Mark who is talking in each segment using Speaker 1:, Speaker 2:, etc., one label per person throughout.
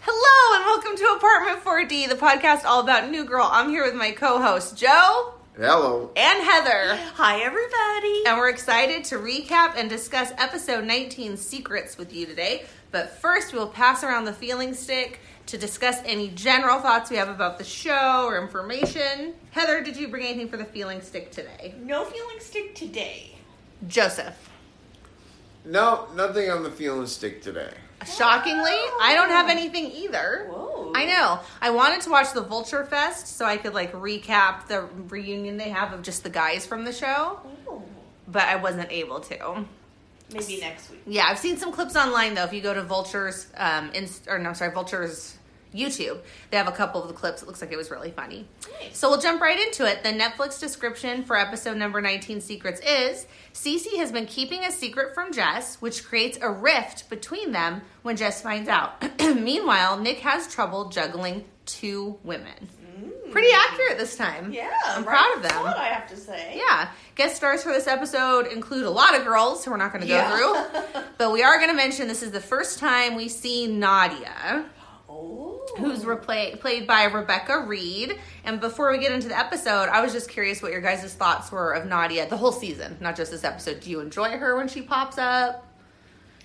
Speaker 1: Hello and welcome to Apartment 4D, the podcast all about New Girl. I'm here with my co-host Joe
Speaker 2: Hello.
Speaker 1: and Heather,
Speaker 3: Hi, everybody.
Speaker 1: and we're excited to recap and discuss episode 19 secrets with you today. But first, we'll pass around the feeling stick to discuss any general thoughts we have about the show or information. Heather, did you bring anything for the feeling stick today?
Speaker 3: No feeling stick today.
Speaker 1: Joseph.
Speaker 2: No, nothing on the feeling stick today.
Speaker 1: Shockingly, I don't have anything either.
Speaker 3: Oh. Whoa.
Speaker 1: I know. I wanted to watch the Vulture Fest so I could like recap the reunion they have of just the guys from the show,
Speaker 3: Ooh.
Speaker 1: but I wasn't able to.
Speaker 3: Oh. Maybe next week.
Speaker 1: Yeah, I've seen some clips online though. If you go to Vulture's, um, inst- or no, sorry, Vulture's YouTube, they have a couple of the clips. It looks like it was really funny.
Speaker 3: Nice.
Speaker 1: So we'll jump right into it. The Netflix description for episode number 19 Secrets is Cece has been keeping a secret from Jess, which creates a rift between them when Jess finds out. Meanwhile, Nick has trouble juggling two women. Pretty accurate this time.
Speaker 3: Mm. Yeah,
Speaker 1: I'm
Speaker 3: right
Speaker 1: proud of
Speaker 3: on the
Speaker 1: them.
Speaker 3: spot, I have to say.
Speaker 1: Yeah. Guest stars for this episode include a lot of girls who we're not going to go
Speaker 3: Yeah.
Speaker 1: through. But we are going to mention this is the first time we see Nadia,
Speaker 3: Oh.
Speaker 1: who's repla- played by Rebecca Reed. And before we get into the episode, I was just curious what your guys' thoughts were of Nadia the whole season, not just this episode. Do you enjoy her when she pops up?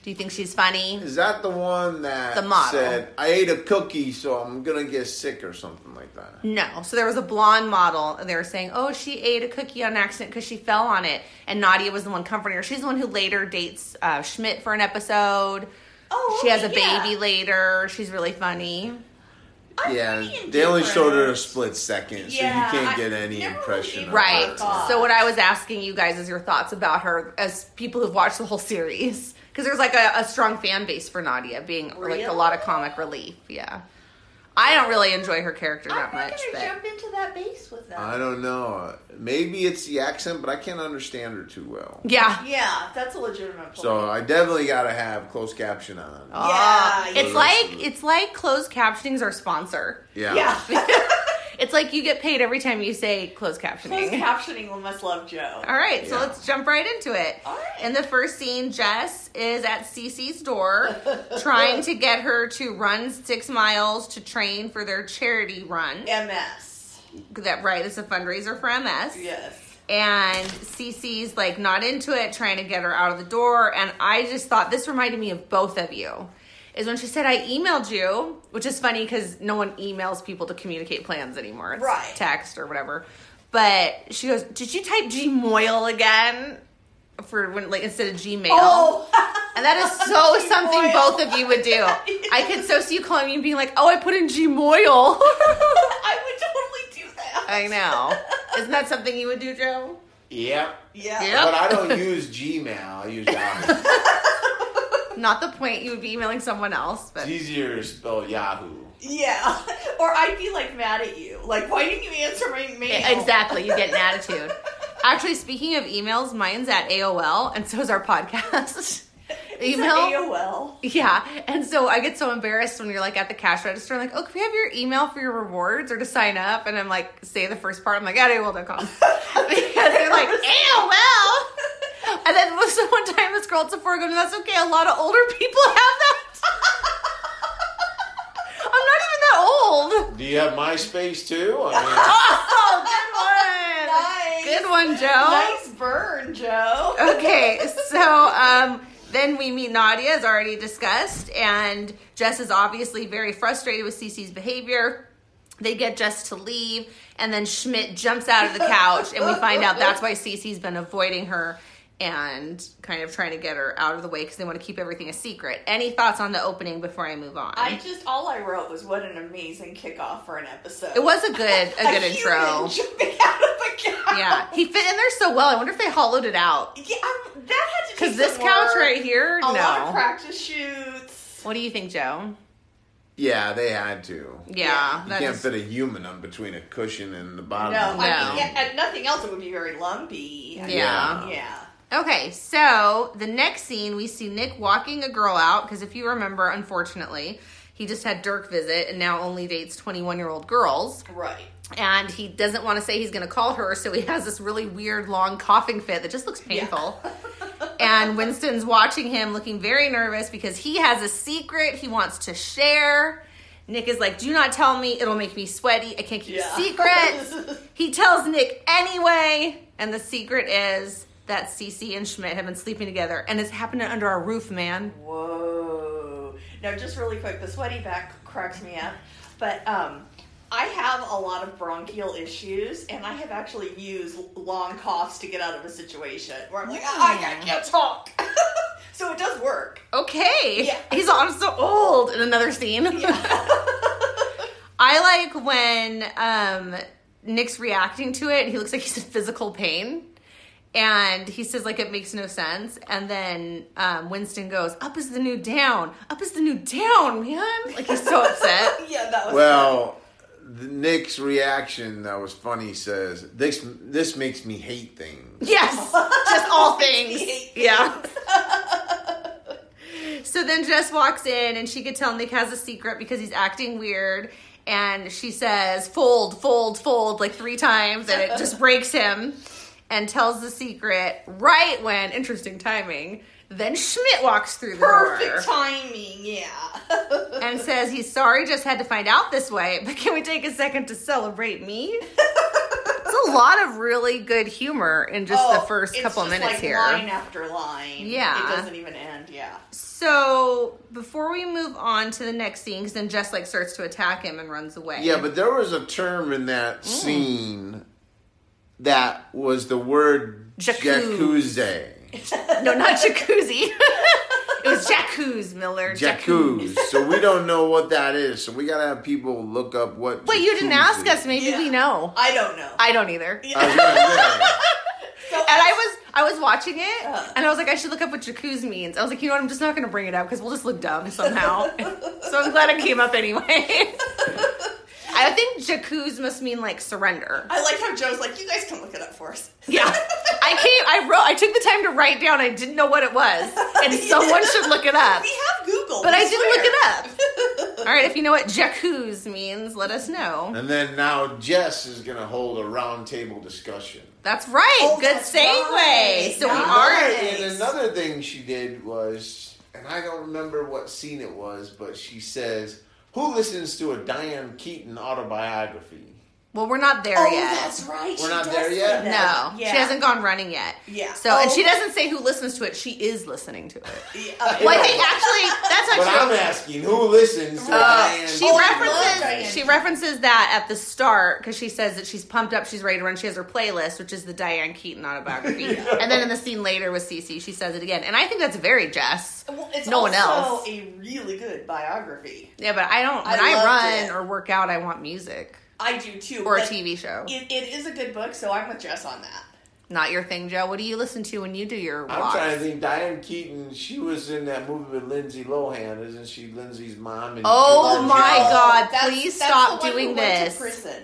Speaker 1: Do you think she's funny?
Speaker 2: Is that the one that
Speaker 1: The model.
Speaker 2: said, I ate a cookie, so I'm going to get sick or something like that?
Speaker 1: No. So there was a blonde model, and they were saying, "Oh, she ate a cookie on accident because she fell on it." And Nadia was the one comforting her. She's the one who later dates uh, Schmidt for an episode.
Speaker 3: Oh,
Speaker 1: she has a
Speaker 3: okay, yeah.
Speaker 1: baby later. She's really funny.
Speaker 3: I'm
Speaker 2: yeah,
Speaker 3: pretty
Speaker 2: they only
Speaker 3: indifferent.
Speaker 2: showed her a split second,
Speaker 3: Yeah,
Speaker 2: so you
Speaker 3: I
Speaker 2: can't get any
Speaker 3: never
Speaker 2: impression
Speaker 3: really
Speaker 2: of
Speaker 3: Right.
Speaker 1: Right.
Speaker 3: God.
Speaker 1: So what I was asking you guys is your thoughts about her as people who've watched the whole series, because there's like a, a strong fan base for Nadia being like a lot of comic relief. Yeah. I don't really enjoy her character
Speaker 3: I'm
Speaker 1: that
Speaker 3: not
Speaker 1: much,
Speaker 3: gonna
Speaker 1: but
Speaker 3: jump into that base with them.
Speaker 2: I don't know. Maybe it's the accent, but I can't understand her too well.
Speaker 1: yeah.
Speaker 3: yeah, that's a legitimate point.
Speaker 2: So I definitely got to have closed caption on.
Speaker 3: Oh.
Speaker 1: Ah,
Speaker 3: Yeah,
Speaker 1: it's
Speaker 2: yeah.
Speaker 1: like it's like closed captioning's our sponsor.
Speaker 2: Yeah.
Speaker 3: yeah.
Speaker 1: It's like you get paid every time you say closed captioning.
Speaker 3: Closed captioning will must love Joe.
Speaker 1: All right, so
Speaker 2: Yeah.
Speaker 1: let's jump right into it.
Speaker 3: All right.
Speaker 1: In the first scene, Jess is at Cece's door trying to get her to run six miles to train for their charity run.
Speaker 3: MS.
Speaker 1: That right, it's a fundraiser for MS.
Speaker 3: Yes.
Speaker 1: And Cece's like not into it, trying to get her out of the door. And I just thought this reminded me of both of you. Is when she said, I emailed you, which is funny because no one emails people to communicate plans anymore. It's
Speaker 3: Right.
Speaker 1: Text or whatever. But she goes, Did you type G Moyle again? For when, like, instead of Gmail.
Speaker 3: Oh,
Speaker 1: And that is so
Speaker 3: G.
Speaker 1: something
Speaker 3: Moyle.
Speaker 1: both of you would do. I could so see you calling me and being like, Oh, I put in G Moyle.
Speaker 3: Oh, I would totally do that.
Speaker 1: I know. Isn't that something you would do, Joe?
Speaker 2: Yeah.
Speaker 3: Yeah.
Speaker 1: Yeah.
Speaker 2: But I don't use Gmail. I use Yahoo.
Speaker 1: Not the point. You would be emailing someone else, but
Speaker 2: it's easier to spell Yahoo.
Speaker 3: Yeah. Or I'd be like mad at you. Like, why didn't you answer my
Speaker 1: E-
Speaker 3: mail?
Speaker 1: exactly, you get an attitude. Actually, speaking of emails, mine's at AOL, and so is our podcast.
Speaker 3: It's an AOL.
Speaker 1: Yeah, and so I get so embarrassed when you're like at the cash register, I'm like, oh, can we have your email for your rewards or to sign up? And I'm like, say the first part, I'm like, at AOL.com. because they're like, AOL! And then was so one time this girl at Sephora goes, that's okay, a lot of older people have that. I'm not even that old.
Speaker 2: Do you have MySpace too? I
Speaker 1: Oh,
Speaker 3: Nice.
Speaker 1: good one. Good one, Joe.
Speaker 3: Nice burn, Joe.
Speaker 1: okay, so um, then we meet Nadia, as already discussed, and Jess is obviously very frustrated with Cece's behavior. They get Jess to leave, and then Schmidt jumps out of the couch, and we find out that's why Cece's been avoiding her and kind of trying to get her out of the way because they want to keep everything a secret. Any thoughts on the opening before I move on?
Speaker 3: I just all I wrote was what an amazing kickoff for an episode.
Speaker 1: it was a good a good
Speaker 3: human
Speaker 1: intro.
Speaker 3: Jumping out of a couch.
Speaker 1: Yeah, he fit in there so well. I wonder if they hollowed it out
Speaker 3: Yeah, I'm- that had to
Speaker 1: because
Speaker 3: take
Speaker 1: this
Speaker 3: some
Speaker 1: couch
Speaker 3: work,
Speaker 1: right here.
Speaker 3: A
Speaker 1: no.
Speaker 3: lot of practice shoots.
Speaker 1: What do you think, Joe?
Speaker 2: Yeah, they had to.
Speaker 1: Yeah,
Speaker 2: You
Speaker 1: that
Speaker 2: can't
Speaker 1: is-
Speaker 2: fit a human in between a cushion and the
Speaker 3: No,
Speaker 2: bottom.
Speaker 3: I
Speaker 2: of
Speaker 3: mean,
Speaker 2: the
Speaker 1: No.
Speaker 2: thing.
Speaker 3: yeah, and nothing else. It would be very lumpy. I mean,
Speaker 1: Yeah.
Speaker 3: yeah.
Speaker 1: Okay, so the next scene we see Nick walking a girl out because if you remember, unfortunately, he just had Dirk visit and now only dates 21 year old girls.
Speaker 3: Right.
Speaker 1: And he doesn't want to say he's going to call her, so he has this really weird long coughing fit that just looks painful. and Winston's watching him looking very nervous because he has a secret he wants to share. Nick is like, Do not tell me, it'll make me sweaty. I can't keep
Speaker 3: Yeah.
Speaker 1: secrets. he tells Nick anyway. And the secret is that Cece and Schmidt have been sleeping together and it's happening under our roof, man.
Speaker 3: Whoa. Now, just really quick, the sweaty back cracks me up, but um, I have a lot of bronchial issues, and I have actually used long coughs to get out of a situation where I'm like, "Ah, I, I can't talk. so it does work.
Speaker 1: Okay.
Speaker 3: Yeah.
Speaker 1: He's all, I'm so old in another scene. I like when um, Nick's reacting to it. He looks like he's in physical pain. And he says, like, it makes no sense. And then um, Winston goes, up is the new down. Up is the new down, man. Like, he's so upset.
Speaker 3: Yeah, that was
Speaker 2: Well, the, Nick's reaction that was funny He says this. This makes me hate things.
Speaker 1: Yes. Just all things.
Speaker 3: Sixty-eight
Speaker 1: Yeah. so then Jess walks in and she could tell Nick has a secret because he's acting weird. And she says, fold, fold, fold, like three times. And it just breaks him and tells the secret right when, interesting timing, then Schmidt walks through the
Speaker 3: perfect
Speaker 1: door
Speaker 3: timing. Yeah.
Speaker 1: and says, he's sorry, just had to find out this way, but can we take a second to celebrate me? It's a lot of really good humor in just the
Speaker 3: Oh,
Speaker 1: first
Speaker 3: it's
Speaker 1: couple
Speaker 3: just
Speaker 1: minutes
Speaker 3: like
Speaker 1: here.
Speaker 3: Line after line.
Speaker 1: Yeah.
Speaker 3: It doesn't even end. Yeah.
Speaker 1: So before we move on to the next scene, because then Jess like starts to attack him and runs away.
Speaker 2: Yeah, but there was a term in
Speaker 1: Mm.
Speaker 2: that scene that was the word
Speaker 1: Jacuzzi.
Speaker 2: jacuzzi.
Speaker 1: no, not jacuzzi. it was jacuzzi, Miller.
Speaker 2: Jacuzzi. so we don't know what that is. So we gotta have people look up what.
Speaker 1: But you didn't
Speaker 2: jacuzzi
Speaker 1: ask
Speaker 2: is.
Speaker 1: us. Maybe
Speaker 3: Yeah.
Speaker 1: we know.
Speaker 3: I don't know.
Speaker 1: I don't either.
Speaker 2: I was gonna say.
Speaker 3: so
Speaker 1: And I was I was watching it, and I was like, I should look up what jacuzzi means. I was like, you know what? I'm just not going to bring it up because we'll just look dumb somehow. so I'm glad it came up anyway. I think jacuzzi must mean like surrender.
Speaker 3: I liked how Joe's like, you guys can look it up for us.
Speaker 1: Yeah. I came, I wrote, I took the time to write down, I didn't know what it was. And someone should look it up.
Speaker 3: We have Google.
Speaker 1: But
Speaker 3: we
Speaker 1: I did
Speaker 3: swear.
Speaker 1: look it up. All right, if you know what jacuzzi means, let us know.
Speaker 2: And then now Jess is gonna hold a round table discussion.
Speaker 1: That's right.
Speaker 3: Oh,
Speaker 1: Good
Speaker 3: that's
Speaker 1: segue.
Speaker 3: right.
Speaker 1: So
Speaker 3: Nice.
Speaker 1: we are.
Speaker 2: And another thing she did was, and I don't remember what scene it was, but she says, "Who listens to a Diane Keaton autobiography?"
Speaker 1: Well, we're not there
Speaker 3: Oh,
Speaker 1: yet.
Speaker 3: that's right.
Speaker 2: We're
Speaker 3: she
Speaker 2: not
Speaker 3: does
Speaker 2: there
Speaker 3: say
Speaker 2: yet?
Speaker 1: no,
Speaker 3: that. Yeah.
Speaker 1: she hasn't gone running yet.
Speaker 3: Yeah.
Speaker 1: So,
Speaker 3: Oh,
Speaker 1: and she
Speaker 3: okay.
Speaker 1: doesn't say who listens to it. She is listening to it.
Speaker 3: Yeah, uh,
Speaker 1: Well, I think actually that's not
Speaker 2: But
Speaker 1: true.
Speaker 2: I'm asking, who listens to a Diane?
Speaker 1: she
Speaker 2: Keaton
Speaker 3: Oh, love
Speaker 1: references
Speaker 3: Diane
Speaker 1: she
Speaker 3: Keaton.
Speaker 1: references that at the start because she says that she's pumped up, she's ready to run. She has her playlist, which is the Diane Keaton autobiography. And then in the scene later with Cece, she says it again, and I think that's very Jess.
Speaker 3: Well, it's
Speaker 1: no
Speaker 3: also
Speaker 1: one else.
Speaker 3: a really good biography.
Speaker 1: Yeah, but I don't. When
Speaker 3: I
Speaker 1: I,
Speaker 3: loved
Speaker 1: run
Speaker 3: it.
Speaker 1: or work out, I want music
Speaker 3: I do too.
Speaker 1: or a
Speaker 3: but
Speaker 1: TV show.
Speaker 3: It, it is a good book, so I'm with Jess on that.
Speaker 1: Not your thing, Joe. What do you listen to when you do your
Speaker 2: I'm
Speaker 1: walks?
Speaker 2: trying to think. Diane Keaton, she was in that movie with Lindsay Lohan, isn't she? Lindsay's mom. And
Speaker 1: Oh
Speaker 2: and
Speaker 1: my
Speaker 2: Joe.
Speaker 1: God.
Speaker 3: that's-
Speaker 1: please
Speaker 3: that's
Speaker 1: stop
Speaker 3: the one
Speaker 1: doing
Speaker 3: who went to
Speaker 1: this.
Speaker 3: prison.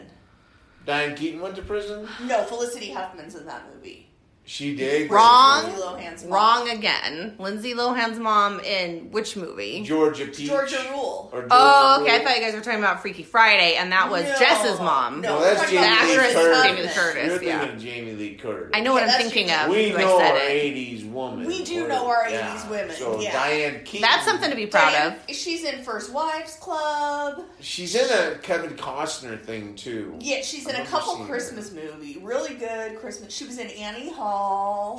Speaker 2: Diane Keaton went to prison.
Speaker 3: No, Felicity Huffman's in that movie.
Speaker 2: She did.
Speaker 1: Wrong.
Speaker 3: Lindsay Lohan's mom.
Speaker 1: Wrong again. Lindsay Lohan's mom in which movie?
Speaker 2: Georgia Peach.
Speaker 3: Georgia Rule.
Speaker 2: Or Georgia
Speaker 1: oh, okay. I
Speaker 2: Rule.
Speaker 1: thought you guys were talking about Freaky Friday, and that was
Speaker 3: No.
Speaker 1: Jess's mom.
Speaker 3: No.
Speaker 2: No, that's
Speaker 3: The
Speaker 2: Jamie Lee
Speaker 3: actress
Speaker 2: Curtis.
Speaker 3: Jamie Lee
Speaker 1: Curtis,
Speaker 2: You're thinking
Speaker 1: yeah.
Speaker 2: of Jamie Lee Curtis.
Speaker 1: I know what
Speaker 3: Yeah,
Speaker 1: I'm
Speaker 3: that's
Speaker 1: thinking
Speaker 3: true.
Speaker 1: of.
Speaker 2: We
Speaker 1: because
Speaker 2: know
Speaker 1: I said
Speaker 2: our
Speaker 1: it.
Speaker 2: '80s woman.
Speaker 3: We do
Speaker 2: We're-
Speaker 3: know our
Speaker 2: yeah.
Speaker 3: 80s women,
Speaker 2: So
Speaker 3: yeah.
Speaker 2: Diane Keaton.
Speaker 1: That's something to be proud
Speaker 3: Diane-
Speaker 1: of.
Speaker 3: She's in First Wives Club.
Speaker 2: She's in a Kevin Costner thing too.
Speaker 3: Yeah, she's in
Speaker 2: I've
Speaker 3: a
Speaker 2: never
Speaker 3: couple
Speaker 2: seen her.
Speaker 3: Christmas movie. Really good Christmas. She was in Annie Hall.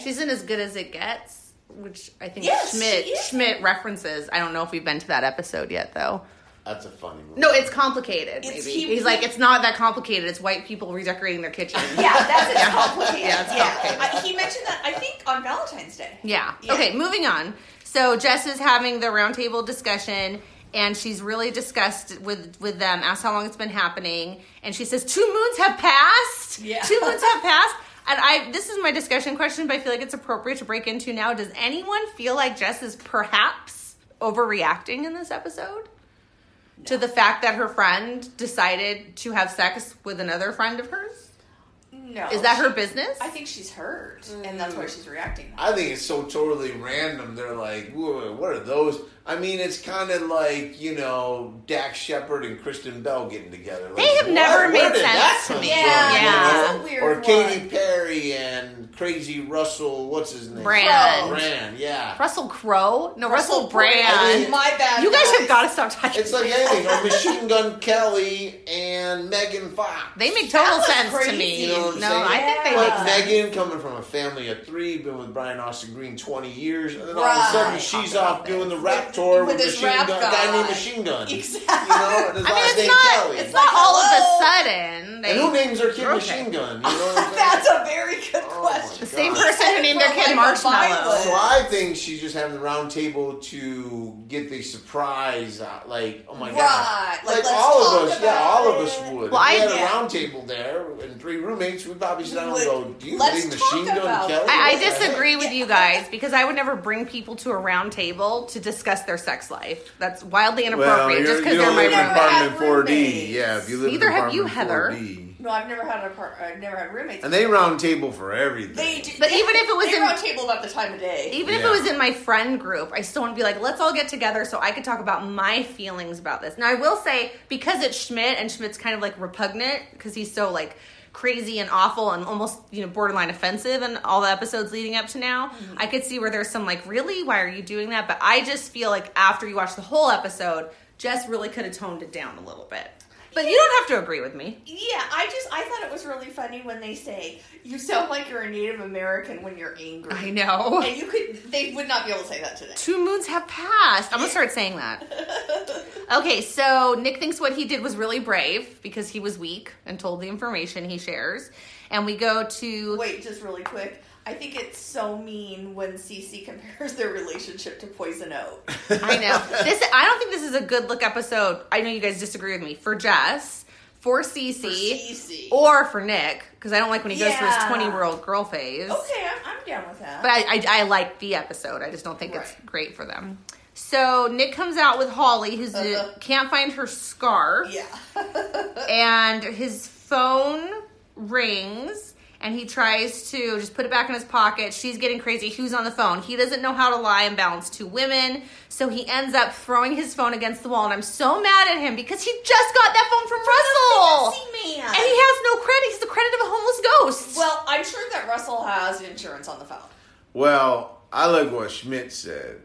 Speaker 1: She's in as good as it gets, which I think
Speaker 3: Yes,
Speaker 1: Schmidt
Speaker 3: she is.
Speaker 1: Schmidt references. I don't know if we've been to that episode yet, though.
Speaker 2: That's a funny movie.
Speaker 1: No, it's complicated.
Speaker 3: It's
Speaker 1: maybe
Speaker 3: he-
Speaker 1: he's like, it's not that complicated. It's white people redecorating their kitchen.
Speaker 3: yeah, that's it. Complicated.
Speaker 1: Yeah, it's
Speaker 3: I, he mentioned that I think on Valentine's Day.
Speaker 1: Yeah.
Speaker 3: Yeah.
Speaker 1: Okay, moving on. So Jess is having the roundtable discussion and she's really discussed with with them, asked how long it's been happening, and she says, Two moons have passed.
Speaker 3: Yeah.
Speaker 1: Two moons have passed. And I this is my discussion question, but I feel like it's appropriate to break into now. Does anyone feel like Jess is perhaps overreacting in this episode? to the fact that her friend decided to have sex with another friend of hers?
Speaker 3: No.
Speaker 1: Is that her
Speaker 3: Oh, she-
Speaker 1: business?
Speaker 3: I think she's hurt, and that's why she's reacting.
Speaker 2: Mm. I think it's so totally random. They're like, "Whoa, what are those? I mean, it's kind of like, you know, Dax Shepard and Kristen Bell getting together. Like,
Speaker 1: They have never
Speaker 2: where
Speaker 1: made
Speaker 2: did that
Speaker 1: sense
Speaker 2: come
Speaker 1: to me.
Speaker 2: from,
Speaker 1: Yeah,
Speaker 2: you know?
Speaker 3: that's a weird
Speaker 2: Or
Speaker 3: one.
Speaker 2: Katy Perry and Crazy Russell, what's his name?
Speaker 1: Brand.
Speaker 2: Brand, yeah.
Speaker 1: Russell Crowe? No, Russell,
Speaker 2: I
Speaker 1: Brand.
Speaker 2: mean,
Speaker 3: My bad.
Speaker 1: You guys have got to
Speaker 3: guys.
Speaker 1: stop talking.
Speaker 2: It's like anything. Or Machine Gun Kelly and Megan Fox.
Speaker 1: they make total
Speaker 3: was
Speaker 1: sense to
Speaker 3: crazy.
Speaker 1: me.
Speaker 2: You know what I'm
Speaker 1: no,
Speaker 2: saying?
Speaker 1: I think they
Speaker 2: Like
Speaker 1: make sense.
Speaker 2: Megan coming from a family of three, been with Brian Austin Green twenty years, and then all of a
Speaker 3: Right.
Speaker 2: sudden she's off doing the rap tour with,
Speaker 3: With this
Speaker 2: machine
Speaker 3: rap
Speaker 2: gun guy.
Speaker 3: guy.
Speaker 2: named Machine Gun.
Speaker 3: Exactly.
Speaker 2: You know, and his
Speaker 1: I mean,
Speaker 2: last
Speaker 1: it's
Speaker 2: name
Speaker 1: not.
Speaker 2: Kelly.
Speaker 1: It's not
Speaker 3: Like,
Speaker 1: all
Speaker 3: hello?
Speaker 1: of a sudden. They,
Speaker 2: and who names their kid
Speaker 1: Okay.
Speaker 2: Machine Gun? You know what I'm saying?
Speaker 3: That's a very good
Speaker 2: Oh my
Speaker 3: question.
Speaker 1: the same
Speaker 2: God.
Speaker 1: person who named their kid
Speaker 3: Like a
Speaker 1: Marshmallow.
Speaker 3: violet.
Speaker 2: So I think she's just having the round table to get the surprise out. Like, oh my
Speaker 3: Right.
Speaker 2: god.
Speaker 3: Like,
Speaker 2: Like,
Speaker 3: let's
Speaker 2: all of
Speaker 3: talk
Speaker 2: us, yeah,
Speaker 3: about
Speaker 2: all of
Speaker 3: it.
Speaker 2: us would.
Speaker 1: Well,
Speaker 2: if we
Speaker 1: I-
Speaker 2: had
Speaker 3: yeah.
Speaker 2: a round table there and three roommates, we'd probably sit down and
Speaker 3: Would-
Speaker 2: go, Do you
Speaker 3: let's
Speaker 2: believe
Speaker 3: talk
Speaker 2: Machine Gun
Speaker 3: about
Speaker 2: Kelly?
Speaker 3: it.
Speaker 1: I, I
Speaker 2: What the heck?
Speaker 1: disagree with you guys because I would never bring people to a round table to discuss their sex life. That's wildly inappropriate just because they're my
Speaker 3: live in
Speaker 1: roommate.
Speaker 3: Park- apartment 4D. Yeah, if
Speaker 2: you
Speaker 1: live in Neither have you, apartment Heather. 4D.
Speaker 3: No, I've never had a part. I've never had roommates.
Speaker 2: And they round table for everything.
Speaker 3: They do,
Speaker 1: But
Speaker 3: they-
Speaker 1: even if it was
Speaker 3: they
Speaker 1: in-
Speaker 3: round table about the time of day.
Speaker 1: Even if it
Speaker 2: Yeah.
Speaker 1: was in my friend group, I still want to be like, let's all get together so I could talk about my feelings about this. Now, I will say, because it's Schmidt and Schmidt's kind of like repugnant because he's so like crazy and awful and almost, you know, borderline offensive and all the episodes leading up to now, I could see where there's some like, really? Why are you doing that? But I just feel like after you watch the whole episode, Jess really could have toned it down a little bit. But you don't have to agree with me.
Speaker 3: Yeah, I just I thought it was really funny when they say you sound like you're a Native American when you're angry.
Speaker 1: I know.
Speaker 3: And you could they would not be able to say that today.
Speaker 1: Two moons have passed. I'm gonna start saying that. Okay, so Nick thinks what he did was really brave because he was weak and told the information he shares. And we go to
Speaker 3: Wait, just really quick. I think it's so mean when Cece compares their relationship to Poison Oak.
Speaker 1: I know this. I don't think this is a good look episode. I know you guys disagree with me for Jess, for Cece,
Speaker 3: Cece.
Speaker 1: or for Nick because I don't like when he goes through his
Speaker 3: Yeah.
Speaker 1: 20 year old girl phase.
Speaker 3: Okay, I'm, I'm down with that.
Speaker 1: But I, I, I like the episode. I just don't think it's
Speaker 3: Right.
Speaker 1: great for them. So Nick comes out with Holly, who's uh,
Speaker 3: Uh-huh.
Speaker 1: can't find her scarf.
Speaker 3: yeah.
Speaker 1: and his phone rings and he tries to just put it back in his pocket. She's getting crazy. Who's on the phone? He doesn't know how to lie and balance two women. So he ends up throwing his phone against the wall. And I'm so mad at him because he just got that phone from, Russell.
Speaker 3: fancy man.
Speaker 1: And he has no credit. He's the credit of a homeless ghost.
Speaker 3: well, I'm sure that Russell has insurance on the phone.
Speaker 2: Well, I like what Schmidt said.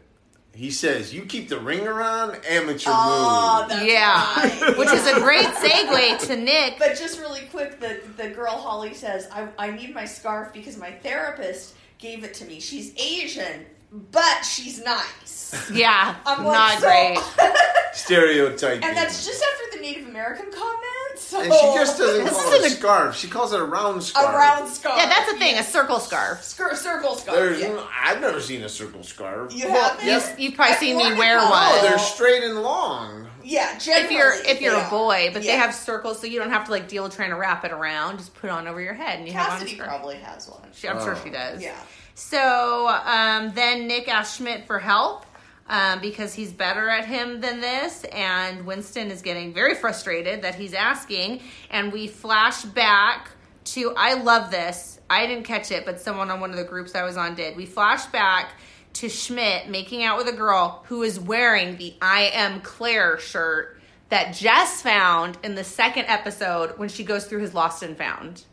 Speaker 2: He says, You keep the ring around, amateur
Speaker 3: Oh,
Speaker 2: move.
Speaker 3: that's
Speaker 1: yeah.
Speaker 3: right.
Speaker 1: Which is a great segue to Nick.
Speaker 3: But just really quick, the, the girl Holly says, I, I need my scarf because my therapist gave it to me. She's Asian, but she's nice.
Speaker 1: yeah,
Speaker 3: I'm like,
Speaker 1: not
Speaker 3: so-
Speaker 1: great.
Speaker 2: Stereotyping.
Speaker 3: And that's just after the Native American Oh. comment. So
Speaker 2: And she just doesn't
Speaker 1: This
Speaker 2: call it a
Speaker 1: isn't a-
Speaker 2: scarf. She calls it a round
Speaker 3: A
Speaker 2: scarf.
Speaker 3: round scarf.
Speaker 1: Yeah, that's the thing. A
Speaker 3: Yes.
Speaker 1: circle scarf.
Speaker 3: Scir- circle scarf.
Speaker 2: There's,
Speaker 3: yeah.
Speaker 2: n- I've never seen a circle scarf.
Speaker 3: You haven't?
Speaker 2: yes.
Speaker 1: You've probably
Speaker 3: I've
Speaker 1: seen me
Speaker 3: worn it
Speaker 1: wear
Speaker 3: before.
Speaker 1: one.
Speaker 2: Oh, they're straight and long.
Speaker 3: Yeah,
Speaker 1: if you're
Speaker 3: generally
Speaker 1: if you're
Speaker 3: they
Speaker 1: a
Speaker 3: are.
Speaker 1: boy, but they
Speaker 3: Yeah.
Speaker 1: have circles, so you don't have to like deal with trying to wrap it around. Just put it on over your head, and you
Speaker 3: Cassidy
Speaker 1: have on. a skirt.
Speaker 3: probably has one.
Speaker 1: She, I'm sure
Speaker 2: Oh.
Speaker 1: she does.
Speaker 3: Yeah.
Speaker 1: So um, then Nick asked Schmidt for help um, because he's better at him than this, and Winston is getting very frustrated that he's asking. And we flash back to I love this. I didn't catch it, but someone on one of the groups I was on did. We flash back to Schmidt making out with a girl who is wearing the I am Claire shirt that Jess found in the second episode when she goes through his lost and found.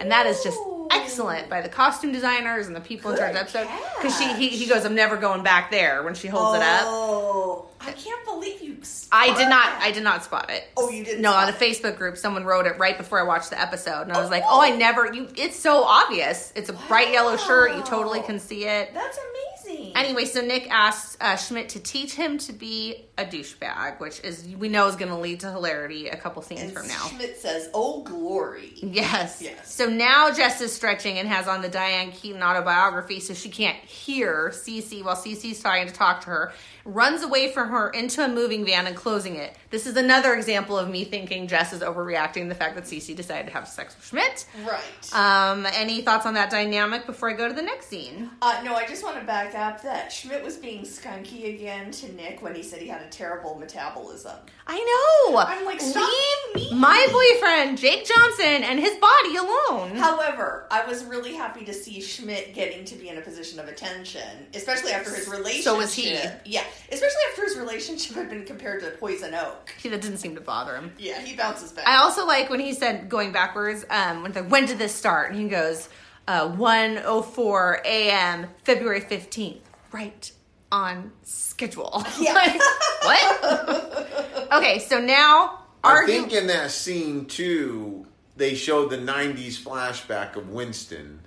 Speaker 1: And that is just
Speaker 3: Ooh.
Speaker 1: excellent by the costume designers and the people in charge of the
Speaker 3: Good
Speaker 1: episode. Because she
Speaker 3: catch.
Speaker 1: he, he goes, I'm never going back there when she holds it up.
Speaker 3: Oh, I can't believe you.
Speaker 1: I did not I did not spot it.
Speaker 3: Oh, you didn't
Speaker 1: No, on
Speaker 3: spot
Speaker 1: the Facebook group someone wrote it right before I watched the episode and I was like, Oh, I never you it's so obvious. It's a bright yellow shirt, you totally
Speaker 3: Wow.
Speaker 1: can see it.
Speaker 3: That's amazing.
Speaker 1: Anyway, so Nick asks uh, Schmidt to teach him to be a douchebag, which is we know is going to lead to hilarity a couple scenes
Speaker 3: and
Speaker 1: from now.
Speaker 3: Schmidt says, "Oh glory."
Speaker 1: Yes.
Speaker 3: Yes.
Speaker 1: So now Jess is stretching and has on the Diane Keaton autobiography, so she can't hear Cece while Cece's trying to talk to her. Runs away from her into a moving van and closing it. This is another example of me thinking Jess is overreacting to the fact that Cece decided to have sex with Schmidt.
Speaker 3: Right.
Speaker 1: Um, any thoughts on that dynamic before I go to the next scene?
Speaker 3: Uh, no, I just want to back up that Schmidt was being skunky again to Nick when he said he had a terrible metabolism.
Speaker 1: I know.
Speaker 3: I'm like, stop
Speaker 1: Leave
Speaker 3: me.
Speaker 1: my boyfriend Jake Johnson and his body alone.
Speaker 3: However, I was really happy to see Schmidt getting to be in a position of attention, especially after his relationship.
Speaker 1: So was he.
Speaker 3: Yeah, especially after his relationship had been compared to Poison Oak.
Speaker 1: He- that didn't seem to bother him.
Speaker 3: Yeah, he bounces back.
Speaker 1: I also like when he said going backwards. Um, when, the, when did this start? And he goes, uh, 104 a.m. February 15th. Right on schedule.
Speaker 3: Yeah.
Speaker 1: Like, what? okay, so now
Speaker 2: I
Speaker 1: are
Speaker 2: think in that scene too, they showed the '90s flashback of Winston,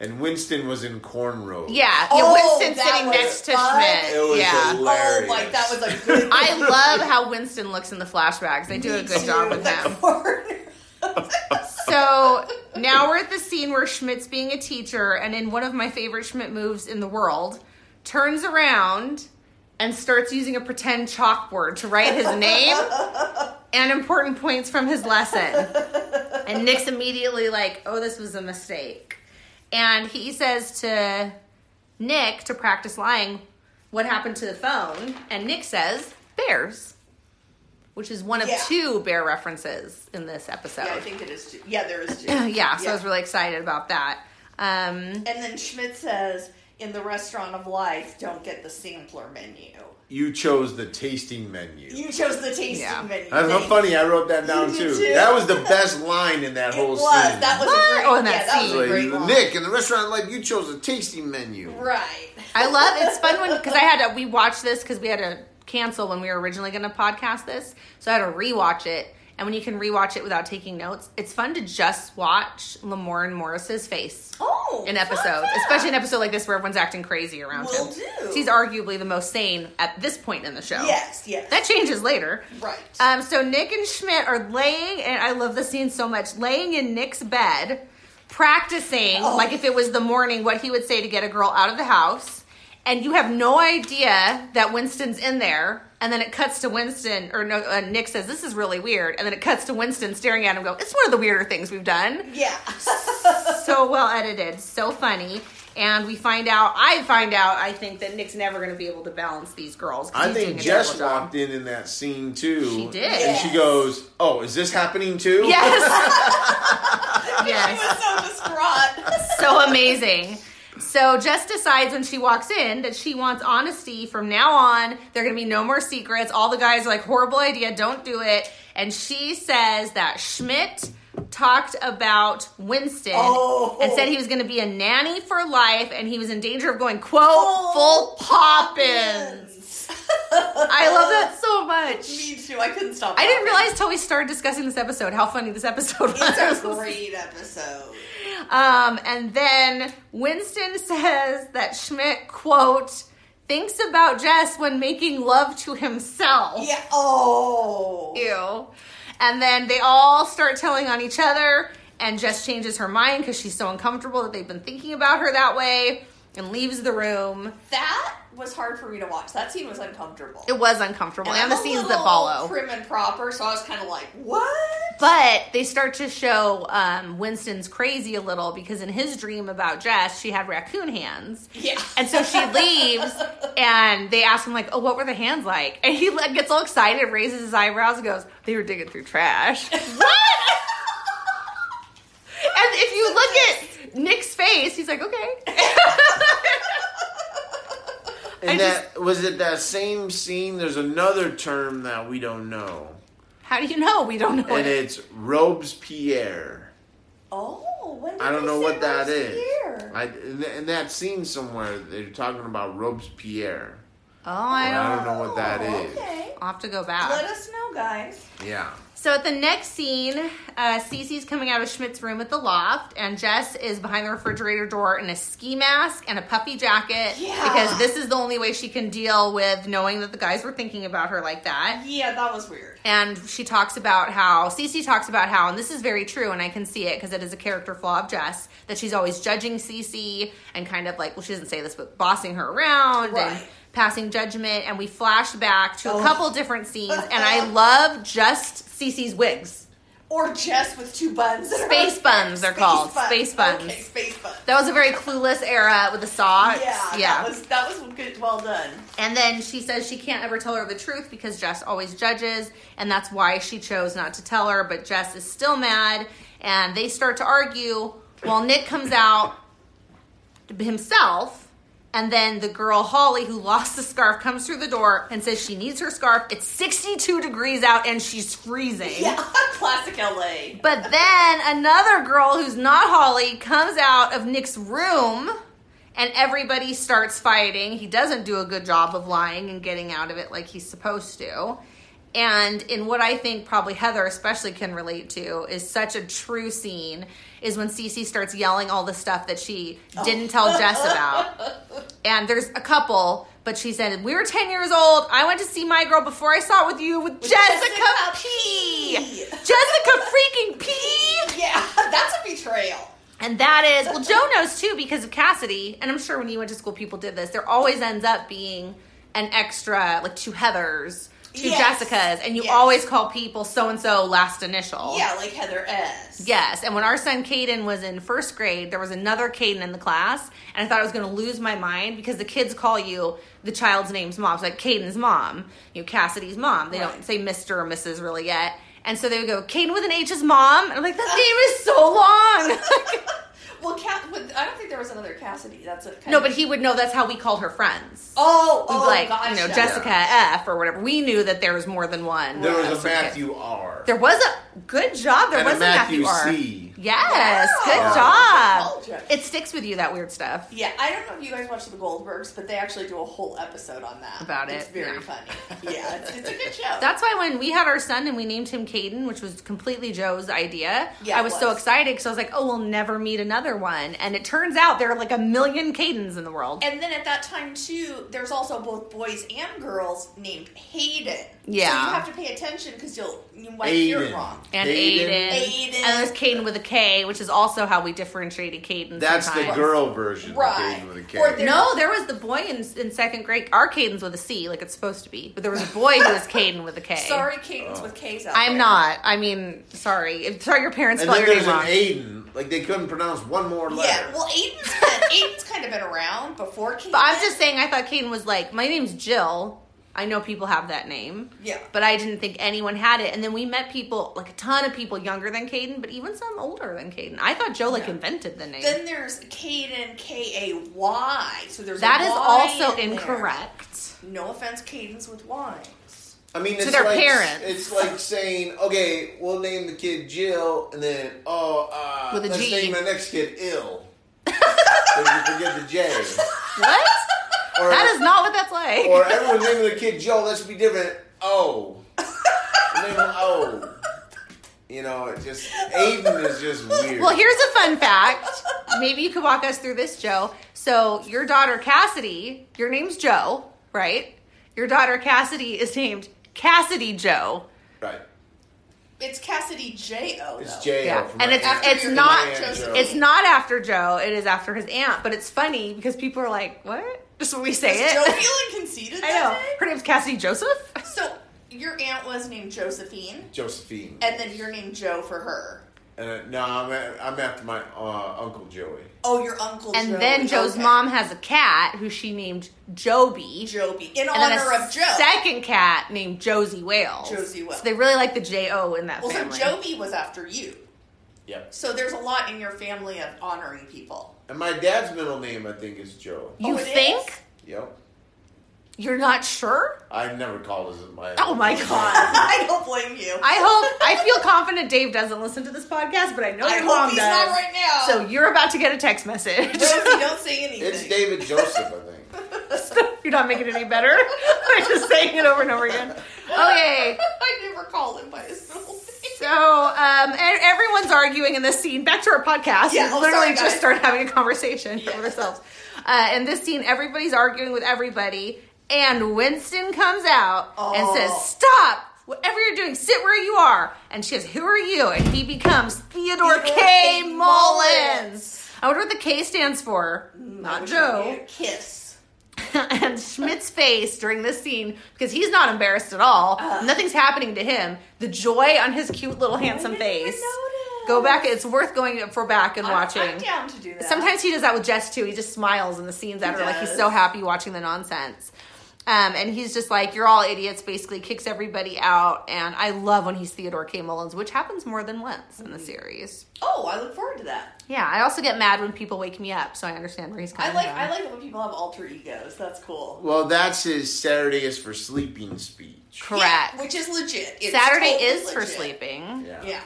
Speaker 2: and Winston was in cornrows.
Speaker 1: yeah, yeah,
Speaker 3: Oh,
Speaker 1: Winston
Speaker 3: that
Speaker 1: sitting
Speaker 3: was
Speaker 1: next to
Speaker 3: fun.
Speaker 1: Schmidt.
Speaker 2: It was
Speaker 1: yeah.
Speaker 3: oh
Speaker 2: hilarious.
Speaker 3: my, that was a good.
Speaker 1: I love how Winston looks in the flashbacks. They do a good job with
Speaker 3: the
Speaker 1: him.
Speaker 3: corner.
Speaker 1: So now we're at the scene where Schmidt's being a teacher, and in one of my favorite Schmidt moves in the world, turns around and starts using a pretend chalkboard to write his name and important points from his lesson. And Nick's immediately like, oh, this was a mistake. And he says to Nick to practice lying, what happened to the phone? And Nick says, bears, which is one of
Speaker 3: Yeah.
Speaker 1: two bear references in this episode.
Speaker 3: Yeah, I think it is. Two. Yeah, there is two.
Speaker 1: yeah, so I was really excited about that. Um,
Speaker 3: And then Schmidt says, "In the restaurant of life, don't get the sampler menu.
Speaker 2: You chose the tasting menu.
Speaker 3: You chose the tasting
Speaker 1: Yeah.
Speaker 3: menu.
Speaker 2: That's how
Speaker 3: Thank
Speaker 2: funny. I wrote that down
Speaker 3: You
Speaker 2: too.
Speaker 3: did too.
Speaker 2: That was the best line in that
Speaker 3: It
Speaker 2: whole
Speaker 3: was.
Speaker 2: scene.
Speaker 3: That was
Speaker 1: What?
Speaker 3: a great.
Speaker 1: Oh, and
Speaker 3: yeah,
Speaker 1: that
Speaker 3: that was
Speaker 1: scene.
Speaker 3: a great
Speaker 2: Like,
Speaker 3: one.
Speaker 2: Nick in the restaurant life, you chose a tasting menu.
Speaker 3: Right.
Speaker 1: I love it's fun when because I had to we watched this because we had to cancel when we were originally going to podcast this, so I had to rewatch it. And when you can rewatch it without taking notes, it's fun to just watch Lamorne Morris's face
Speaker 3: Oh,
Speaker 1: in episodes,
Speaker 3: fuck yeah.
Speaker 1: especially an episode like this where everyone's acting crazy around
Speaker 3: Will
Speaker 1: him.
Speaker 3: do.
Speaker 1: 'Cause He's arguably the most sane at this point in the show.
Speaker 3: Yes, yes.
Speaker 1: That changes later.
Speaker 3: Right.
Speaker 1: Um, so Nick and Schmidt are laying, and I love the scene so much, laying in Nick's bed, practicing,
Speaker 3: Oh.
Speaker 1: like if it was the morning, what he would say to get a girl out of the house. And you have no idea that Winston's in there. And then it cuts to Winston, or no, uh, Nick says, This is really weird. And then it cuts to Winston staring at him, go, It's one of the weirder things we've done.
Speaker 3: yeah.
Speaker 1: so well edited, so funny. And we find out, I find out, I think that Nick's never going to be able to balance these girls. 'cause
Speaker 2: I
Speaker 1: he's doing
Speaker 2: think
Speaker 1: a
Speaker 2: Jess
Speaker 1: terrible job.
Speaker 2: walked in in that scene too.
Speaker 1: She did.
Speaker 2: And she
Speaker 3: Yes.
Speaker 2: goes, "Oh, is this happening too?"
Speaker 1: Yes.
Speaker 3: He
Speaker 1: yes.
Speaker 3: was so distraught.
Speaker 1: So amazing. So Jess decides when she walks in that she wants honesty from now on. There are going to be no more secrets. All the guys are like, horrible idea, don't do it. And she says that Schmidt talked about Winston
Speaker 3: Oh.
Speaker 1: and said he was going to be a nanny for life and he was in danger of going, quote,
Speaker 3: Full
Speaker 1: full poppins. I love that so much.
Speaker 3: Me too. I couldn't stop.
Speaker 1: I didn't
Speaker 3: laughing.
Speaker 1: realize till we started discussing this episode how funny this episode was.
Speaker 3: It's a great episode.
Speaker 1: Um, and then Winston says that Schmidt, quote, thinks about Jess when making love to himself.
Speaker 3: Yeah. Oh.
Speaker 1: Ew. And then they all start telling on each other, and Jess changes her mind because she's so uncomfortable that they've been thinking about her that way and leaves the room.
Speaker 3: That was hard for me to watch. That scene was uncomfortable.
Speaker 1: It was uncomfortable, and,
Speaker 3: I'm
Speaker 1: the
Speaker 3: a
Speaker 1: scenes that
Speaker 3: little
Speaker 1: follow.
Speaker 3: Prim and proper, so I was kind of like, what?
Speaker 1: But they start to show um, Winston's crazy a little because in his dream about Jess, she had raccoon hands.
Speaker 3: Yeah.
Speaker 1: And so she leaves, and they ask him like, "Oh, what were the hands like?" And he like gets all excited, raises his eyebrows, and goes, "They were digging through trash." what? and if you look at Nick's face, he's like, "Okay." I
Speaker 2: And that was it. That same scene. There's another term that we don't know,
Speaker 1: How do you know? We don't know.
Speaker 2: and
Speaker 1: It.
Speaker 2: it's Robespierre.
Speaker 3: oh, when did
Speaker 2: I don't
Speaker 3: they
Speaker 2: know
Speaker 3: say
Speaker 2: what that
Speaker 3: last
Speaker 2: is.
Speaker 3: year?
Speaker 2: I, in, in that scene somewhere, they're talking about Robespierre.
Speaker 1: Oh, I
Speaker 2: And
Speaker 1: don't.
Speaker 2: I don't know what that
Speaker 3: Oh,
Speaker 2: is.
Speaker 3: Okay.
Speaker 1: I'll have to go back.
Speaker 3: Let us know, guys.
Speaker 2: Yeah.
Speaker 1: So at the next scene, uh, Cece's coming out of Schmidt's room at the loft, and Jess is behind the refrigerator door in a ski mask and a puffy jacket
Speaker 3: Yeah.
Speaker 1: because this is the only way she can deal with knowing that the guys were thinking about her like that.
Speaker 3: Yeah, that was weird.
Speaker 1: And she talks about how Cece talks about how, and this is very true, and I can see it because it is a character flaw of Jess that she's always judging Cece and kind of like, well, she doesn't say this, but bossing her around and
Speaker 3: Right.
Speaker 1: passing judgment. And we flash back to a
Speaker 3: Oh.
Speaker 1: couple different scenes, and I love just Cece's wigs.
Speaker 3: Or Jess with two buns. in her-
Speaker 1: Space buns, they're called. Space buns.
Speaker 3: Okay, space buns.
Speaker 1: That was a very clueless era with the socks.
Speaker 3: yeah, That was that was good. Well done.
Speaker 1: And then she says she can't ever tell her the truth because Jess always judges, and that's why she chose not to tell her. But Jess is still mad, and they start to argue while Nick comes out himself. And then the girl Holly, who lost the scarf, comes through the door and says she needs her scarf. It's 62 degrees out and she's freezing.
Speaker 3: Yeah, classic LA.
Speaker 1: But then another girl who's not Holly comes out of Nick's room and everybody starts fighting. He doesn't do a good job of lying and getting out of it like he's supposed to. And in what I think probably Heather especially can relate to is such a true scene is when Cece starts yelling all the stuff that she didn't
Speaker 3: Oh.
Speaker 1: tell Jess about. And there's a couple, but she said, We were 10 years old. I went to see my girl before I saw it with you with, Jessica,
Speaker 3: Jessica
Speaker 1: P.
Speaker 3: P.
Speaker 1: Jessica freaking P.
Speaker 3: Yeah, that's a betrayal.
Speaker 1: And that is, well, Joe knows too because of Cassidy. And I'm sure when you went to school, people did this. There always ends up being an extra, like two Heathers, two
Speaker 3: Yes.
Speaker 1: Jessicas, and you
Speaker 3: Yes.
Speaker 1: always call people so and so last initial.
Speaker 3: Yeah, like Heather S.
Speaker 1: Yes, and when our son Caden was in first grade, there was another Caden in the class, and I thought I was going to lose my mind because the kids call you the child's name's mom, It's like Caden's mom, you know, Cassidy's mom. They don't
Speaker 3: Right.
Speaker 1: say Mister or Mrs. really yet, and so they would go Caden with an H is mom, and I'm like that name is so long.
Speaker 3: Well, Ca- with, I don't think there was another Cassidy. That's a kind
Speaker 1: no,
Speaker 3: of-
Speaker 1: but he would know that's how we called her friends.
Speaker 3: oh,
Speaker 1: We'd
Speaker 3: oh,
Speaker 1: like
Speaker 3: gotcha.
Speaker 1: you know Jessica F or whatever. We knew that there was more than one.
Speaker 2: There was
Speaker 1: That's
Speaker 2: a
Speaker 1: okay.
Speaker 2: Matthew R.
Speaker 1: There was a good job. There
Speaker 2: And a
Speaker 1: was a Matthew,
Speaker 2: Matthew
Speaker 1: R.
Speaker 2: C.
Speaker 1: Yes,
Speaker 3: Wow.
Speaker 1: good
Speaker 3: Good
Speaker 1: job.
Speaker 3: job.
Speaker 1: It sticks with you that weird stuff.
Speaker 3: Yeah, I don't know if you guys watch The Goldbergs, but they actually do a whole episode on that.
Speaker 1: About
Speaker 3: it's
Speaker 1: it,
Speaker 3: very
Speaker 1: yeah.
Speaker 3: funny. Yeah, it's, it's a good show.
Speaker 1: That's why when we had our son and we named him Caden, which was completely Joe's idea,
Speaker 3: Yeah,
Speaker 1: I
Speaker 3: it
Speaker 1: was, so
Speaker 3: was.
Speaker 1: excited because I was like, "Oh, we'll never meet another one." And it turns out there are like a million Cadens in the world.
Speaker 3: and then at that time too, there's also both boys and girls named Hayden.
Speaker 1: Yeah.
Speaker 3: so you have to pay attention because you'll you might hear it
Speaker 2: Aiden.
Speaker 3: wrong.
Speaker 1: And Aiden.
Speaker 2: Aiden.
Speaker 3: Aiden.
Speaker 1: and there's Caden with a K, which is also how we differentiated Caden.
Speaker 2: That's the
Speaker 1: sometimes.
Speaker 2: girl version
Speaker 3: Right.
Speaker 2: of Caden with a
Speaker 3: Or
Speaker 2: K.
Speaker 3: they're-
Speaker 1: No, there was the boy in, in second grade. Our Caden's with a C, like it's supposed to be, but there was a boy who was Caden with a K.
Speaker 3: Sorry, Cadence with K's out
Speaker 1: I'm
Speaker 3: there.
Speaker 1: not. I mean, sorry. If, sorry, your parents
Speaker 2: And
Speaker 1: spelled
Speaker 2: then
Speaker 1: your name
Speaker 2: there's an
Speaker 1: wrong.
Speaker 2: Aiden. Like they couldn't pronounce one more letter.
Speaker 3: Yeah, well, Aiden's been, Aiden's kind of been around before. Cadence.
Speaker 1: But I'm just saying, I thought Caden was like, my name's Jill. I know people have that name.
Speaker 3: Yeah.
Speaker 1: But I didn't think anyone had it. And then we met people, like a ton of people younger than Caden, but even some older than Caden. I thought Joe, like, invented the name.
Speaker 3: Then there's Caden, K A Y. So there's
Speaker 1: that
Speaker 3: a
Speaker 1: is
Speaker 3: Y
Speaker 1: also
Speaker 3: in there.
Speaker 1: incorrect.
Speaker 3: No offense, Cadence with Y's.
Speaker 2: I mean, it's
Speaker 1: their
Speaker 2: like,
Speaker 1: parents.
Speaker 2: It's like saying, okay, we'll name the kid Jill, and then oh, uh,
Speaker 1: With a
Speaker 2: let's
Speaker 1: G.
Speaker 2: name the next kid Ill. so you forget the J.
Speaker 1: What?
Speaker 2: Or,
Speaker 1: that is not what that's like.
Speaker 2: or everyone's naming their kid Joe. Let's be different. Oh, name him O. You know, it just Aiden is just weird.
Speaker 1: Well, here's a fun fact. Maybe you could walk us through this, Joe. So, your daughter Cassidy, your name's Joe, right? Your daughter Cassidy is named Cassidy Joe.
Speaker 2: right?
Speaker 3: It's Cassidy J O.
Speaker 2: It's
Speaker 3: though.
Speaker 2: J.
Speaker 1: Yeah, and it's
Speaker 3: After
Speaker 1: it's
Speaker 3: your
Speaker 1: not
Speaker 3: aunt Joe.
Speaker 1: it's not after Joe. It is after his aunt. But it's funny because people are like, "What?" Just when we say
Speaker 3: Is
Speaker 1: it.
Speaker 3: Joe feeling conceited?
Speaker 1: I know
Speaker 3: that
Speaker 1: her name's Cassidy Joseph.
Speaker 3: day? So your aunt was named Josephine,
Speaker 2: Josephine.
Speaker 3: and then you're named Joe for her.
Speaker 2: And, uh, no, I'm, a- I'm after my uh, uncle Joey.
Speaker 3: Oh, your uncle.
Speaker 1: And
Speaker 3: Joey.
Speaker 1: then Joe's
Speaker 3: Okay.
Speaker 1: mom has a cat who she named Joby.
Speaker 3: Joby, in
Speaker 1: and then
Speaker 3: honor
Speaker 1: a
Speaker 3: of Joe.
Speaker 1: second cat named Josie Wales.
Speaker 3: Josie Wales.
Speaker 1: So they really like the J O in that
Speaker 3: well, so
Speaker 1: family.
Speaker 3: Joby was after you.
Speaker 2: Yep.
Speaker 3: So there's a lot in your family of honoring people.
Speaker 2: And my dad's middle name, I think, is Joe.
Speaker 1: you
Speaker 3: Oh, it
Speaker 1: think
Speaker 3: is?
Speaker 2: Yep.
Speaker 1: you're not sure?
Speaker 2: I've never called his my.
Speaker 1: Oh my god.
Speaker 3: I don't blame you.
Speaker 1: I hope I feel confident Dave doesn't listen to this podcast, but I know
Speaker 3: I
Speaker 1: your
Speaker 3: hope
Speaker 1: mom
Speaker 3: he's
Speaker 1: does.
Speaker 3: not right now.
Speaker 1: So you're about to get a text message.
Speaker 3: Rosie, don't say anything.
Speaker 2: It's David Joseph, I think.
Speaker 1: You're not making it any better. I'm just saying it over and over again. Okay.
Speaker 3: I never call him by his middle name.
Speaker 1: So um, e- everyone's arguing in this scene. Back to our podcast.
Speaker 3: Yeah,
Speaker 1: we
Speaker 3: oh,
Speaker 1: literally
Speaker 3: sorry,
Speaker 1: just
Speaker 3: guys.
Speaker 1: started having a conversation
Speaker 3: Yeah.
Speaker 1: with ourselves. Uh, in this scene, everybody's arguing with everybody, and Winston comes out and
Speaker 3: Oh.
Speaker 1: says, "Stop." Whatever you're doing, sit where you are. And she says, Who are you? And he becomes Theodore,
Speaker 3: Theodore
Speaker 1: K.
Speaker 3: K.
Speaker 1: Mullins.
Speaker 3: Mullins. Mm,
Speaker 1: I wonder what the K stands for. Not
Speaker 3: Which
Speaker 1: Joe.
Speaker 3: would be a Kiss.
Speaker 1: and Schmidt's face during this scene because he's not embarrassed at all. Nothing's happening to him. The joy on his cute little handsome
Speaker 3: didn't even
Speaker 1: face. Go
Speaker 3: notice.
Speaker 1: back. It's worth going for back and
Speaker 3: I'm-
Speaker 1: watching.
Speaker 3: I'm down to do that.
Speaker 1: Sometimes he does that with Jess too. He just smiles in the scenes at
Speaker 3: He
Speaker 1: her, like he's
Speaker 3: does.
Speaker 1: so happy watching the nonsense. Um, and he's just like, "You're all idiots." Basically, kicks everybody out. And I love when he's Theodore K. Mullins, which happens more than once
Speaker 3: Mm-hmm.
Speaker 1: in the series.
Speaker 3: Oh, I look forward to that.
Speaker 1: Yeah, I also get mad when people wake me up, so I understand where he's coming
Speaker 3: I like
Speaker 1: from.
Speaker 3: I like it when people have alter egos. That's cool.
Speaker 2: Well, that's his Saturday is for sleeping speech.
Speaker 1: correct.
Speaker 3: Yeah, which is legit. It's
Speaker 1: Saturday
Speaker 3: totally
Speaker 1: is for
Speaker 3: legit.
Speaker 1: sleeping.
Speaker 2: Yeah.
Speaker 3: Yeah.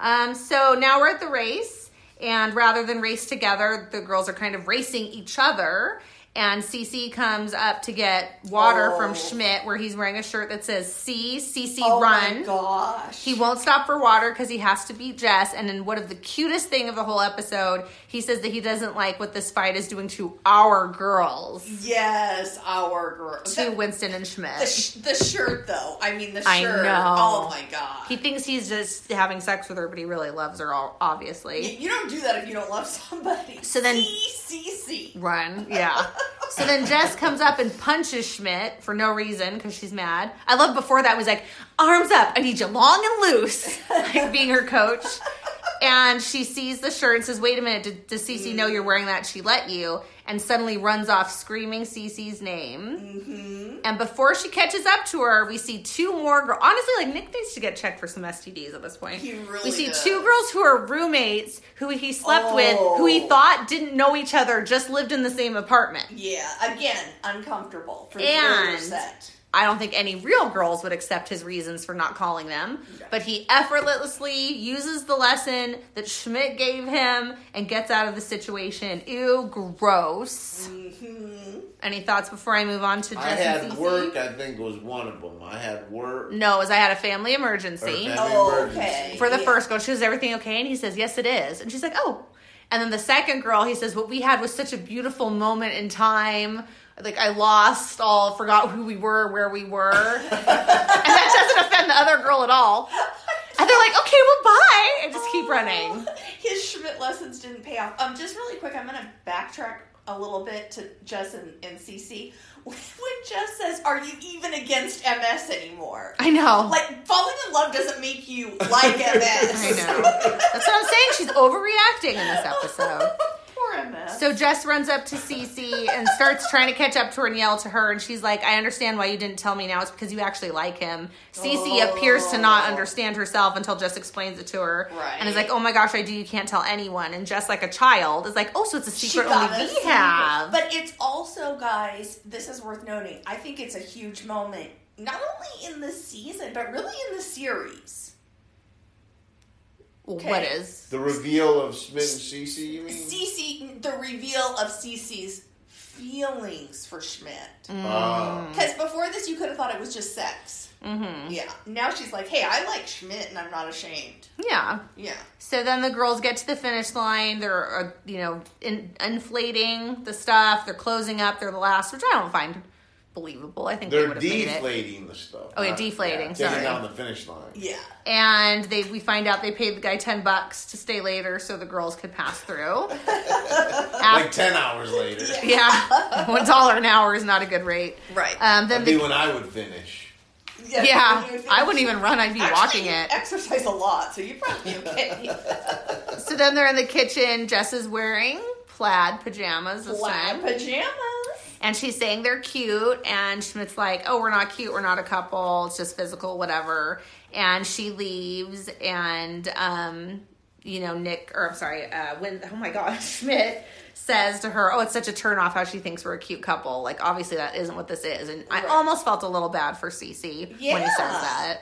Speaker 1: Um, so now we're at the race, and rather than race together, the girls are kind of racing each other. And Cece comes up to get water
Speaker 3: Oh.
Speaker 1: from Schmidt, where he's wearing a shirt that says "See Cece
Speaker 3: Oh my
Speaker 1: Run."
Speaker 3: gosh.
Speaker 1: He won't stop for water because he has to beat Jess. And in one of the cutest thing of the whole episode, he says that he doesn't like what this fight is doing to our girls,
Speaker 3: Yes, our girl.
Speaker 1: to
Speaker 3: The,
Speaker 1: Winston and
Speaker 3: the,
Speaker 1: Schmidt.
Speaker 3: sh- the shirt, though. I mean, the shirt.
Speaker 1: I know.
Speaker 3: Oh my god.
Speaker 1: He thinks he's just having sex with her, but he really loves her. All obviously.
Speaker 3: you don't do that if you don't love somebody.
Speaker 1: So then-
Speaker 3: CCC.
Speaker 1: run. Yeah. So then Jess comes up and punches Schmidt for no reason because she's mad. I love before that was like, arms up, I need you long and loose, like being her coach. And she sees the shirt and says, wait a minute, did, does Cece
Speaker 3: Mm-hmm.
Speaker 1: know you're wearing that? She let you. And suddenly runs off screaming Cece's name.
Speaker 3: Mm-hmm.
Speaker 1: And before she catches up to her, we see two more girls. Honestly, like Nick needs to get checked for some STDs at this point.
Speaker 3: He really
Speaker 1: we see
Speaker 3: does.
Speaker 1: two girls who are roommates who he slept with,
Speaker 3: Oh.
Speaker 1: who he thought didn't know each other, just lived in the same apartment.
Speaker 3: Yeah. Again, uncomfortable for the
Speaker 1: And-
Speaker 3: earlier set.
Speaker 1: I don't think any real girls would accept his reasons for not calling them,
Speaker 3: Yeah.
Speaker 1: but he effortlessly uses the lesson that Schmidt gave him and gets out of the situation. Ew, gross. Any thoughts before I move on to
Speaker 2: Mm-hmm. I
Speaker 1: Jess and
Speaker 2: had
Speaker 1: Cece?
Speaker 2: work. I think was one of them. I had work.
Speaker 1: No, as I had a family emergency.
Speaker 2: Or family
Speaker 3: Oh,
Speaker 2: emergency.
Speaker 3: okay.
Speaker 1: for the
Speaker 3: Yeah.
Speaker 1: first girl, she says, everything okay? And he says, yes, it is. And she's like, oh. And then the second girl, he says, what we had was such a beautiful moment in time. Like, I lost all, forgot who we were, where we were. and that doesn't offend the other girl at all. And they're like, okay, well, bye. And just keep running.
Speaker 3: His Schmidt lessons didn't pay off. Um, just really quick, I'm going to backtrack a little bit to Jess and, and Cece. When Jess says, "Are you even against MS anymore?"
Speaker 1: I know.
Speaker 3: Like falling in love doesn't make you like MS.
Speaker 1: I know. That's what I'm saying. She's overreacting in this episode.
Speaker 3: Poor MS.
Speaker 1: So Jess runs up to Cece and starts trying to catch up to her and yell to her, and she's like, "I understand why you didn't tell me now. It's because you actually like him." Cece
Speaker 3: Oh.
Speaker 1: appears to not understand herself until Jess explains it to her,
Speaker 3: Right.
Speaker 1: and is like, "Oh my gosh, I do. You can't tell anyone." And Jess, like a child, is like, "Oh, so it's a
Speaker 3: She
Speaker 1: secret
Speaker 3: got
Speaker 1: only
Speaker 3: us.
Speaker 1: we have."
Speaker 3: But it's also, guys, this is worth noting. I think it's a huge moment, not only in this season, but really in the series.
Speaker 1: Well,
Speaker 3: okay.
Speaker 1: what is?
Speaker 2: The reveal of Smith and Cece. You mean?
Speaker 3: Cece, the reveal of Cece's feelings for Schmidt.
Speaker 1: Mm.
Speaker 2: Ah.
Speaker 3: Because before this, you could have thought it was just sex. Mm-hmm. Yeah. Now she's like, hey, I like Schmidt and I'm not ashamed.
Speaker 1: Yeah.
Speaker 3: Yeah.
Speaker 1: So then the girls get to the finish line. They're, uh, you know, in, inflating the stuff. They're closing up. They're the last, which I don't find believable. I think they
Speaker 2: They're
Speaker 1: would have made it.
Speaker 2: deflating the stuff.
Speaker 1: Oh, yeah,
Speaker 2: not-
Speaker 1: deflating,
Speaker 2: yeah,
Speaker 1: sorry.
Speaker 2: Taking down the finish line.
Speaker 3: Yeah.
Speaker 1: and they we find out they paid the guy 10 bucks to stay later so the girls could pass through Af-
Speaker 2: Like ten hours later,
Speaker 1: yeah one dollar an hour is not a good rate
Speaker 3: Right.
Speaker 1: um then
Speaker 2: that'd be
Speaker 1: the,
Speaker 2: when I would finish.
Speaker 1: yeah
Speaker 3: when you think-
Speaker 1: i wouldn't even run i'd be
Speaker 3: Actually,
Speaker 1: walking
Speaker 3: you
Speaker 1: it
Speaker 3: Exercise a lot, so you're probably okay.
Speaker 1: so then they're in the kitchen jess is wearing plaid pajamas this
Speaker 3: Black
Speaker 1: time
Speaker 3: pajamas.
Speaker 1: and she's saying they're cute and schmidt's like oh we're not cute we're not a couple it's just physical whatever and she leaves and um you know nick or i'm sorry uh when oh my gosh schmidt says to her oh it's such a turn off how she thinks we're a cute couple like obviously that isn't what this is and i
Speaker 3: Right.
Speaker 1: almost felt a little bad for cc when he says
Speaker 3: Yeah.
Speaker 1: that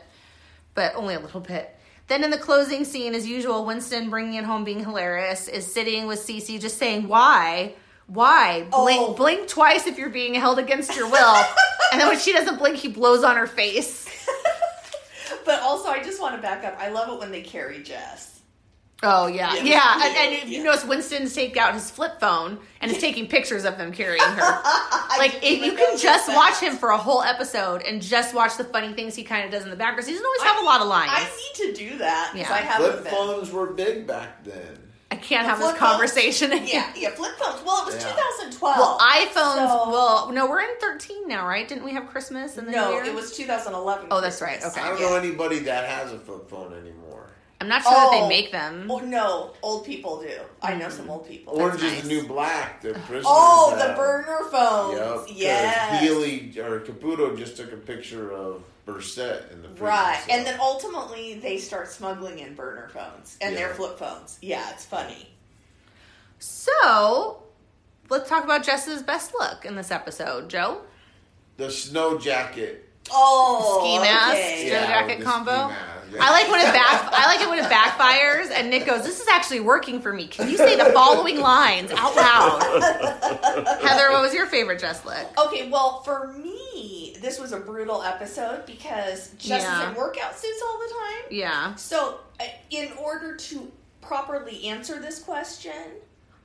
Speaker 1: but only a little bit. Then in the closing scene, as usual, Winston bringing it home, being hilarious, is sitting with Cece, just saying, "Why, why? Blink,
Speaker 3: Oh.
Speaker 1: blink twice if you're being held against your will." and then when she doesn't blink, he blows on her face.
Speaker 3: But also, I just want to back up. I love it when they carry Jess.
Speaker 1: Oh yeah, yeah.
Speaker 3: Yeah.
Speaker 1: And, and if you
Speaker 3: Yeah.
Speaker 1: notice Winston's taking out his flip phone and is taking pictures of them carrying her. like
Speaker 3: didn't
Speaker 1: if
Speaker 3: even
Speaker 1: you can
Speaker 3: notice
Speaker 1: just
Speaker 3: that.
Speaker 1: watch him for a whole episode and just watch the funny things he kind of does in the background. 'cause He doesn't always have a lot of lines.
Speaker 3: I need to do that because
Speaker 1: Yeah.
Speaker 3: I haven't
Speaker 2: Flip
Speaker 3: been.
Speaker 2: phones were big back then.
Speaker 1: I can't have
Speaker 3: Flip
Speaker 1: this conversation again.
Speaker 3: Yeah, yeah, flip phones. Well, it was
Speaker 2: Yeah.
Speaker 3: 2012.
Speaker 1: Well, iPhones.
Speaker 3: Oh, So-
Speaker 1: well, no, we're in thirteen now, right? Didn't we have Christmas and the New
Speaker 3: no,
Speaker 1: Year?
Speaker 3: it was 2011.
Speaker 1: Oh, that's right, okay.
Speaker 2: I don't
Speaker 3: Yeah.
Speaker 2: know anybody that has a flip phone anymore.
Speaker 1: I'm not sure that
Speaker 3: Oh.
Speaker 1: they make them. Mm-hmm.
Speaker 3: Oh no, old people do. I know some old people.
Speaker 2: Orange
Speaker 1: That's
Speaker 2: is the
Speaker 1: nice.
Speaker 2: new black. The prisoners
Speaker 3: Oh, the
Speaker 2: have.
Speaker 3: burner
Speaker 2: Yep,
Speaker 3: phones.
Speaker 2: 'cause
Speaker 3: yes.
Speaker 2: Healy or Caputo just took a picture of Bursette in the prison
Speaker 3: Right,
Speaker 2: cell.
Speaker 3: and then ultimately they start smuggling in burner phones and their
Speaker 2: Yeah.
Speaker 3: flip phones. Yeah, it's funny.
Speaker 1: So, let's talk about Jess's best look in this episode, Joe.
Speaker 2: the snow jacket.
Speaker 3: Oh,
Speaker 1: Ski mask,
Speaker 3: okay.
Speaker 1: snow
Speaker 2: Yeah, with
Speaker 1: jacket
Speaker 2: the ski
Speaker 1: combo.
Speaker 2: mask, yeah.
Speaker 1: I like when it back. I like it when it backfires, and Nick goes, "This is actually working for me." Can you say the following lines out loud? Heather, what was your favorite Jess look?
Speaker 3: Okay, well, for me, this was a brutal episode because Jess
Speaker 1: Yeah.
Speaker 3: is in workout suits all the time.
Speaker 1: Yeah.
Speaker 3: So, uh, in order to properly answer this question,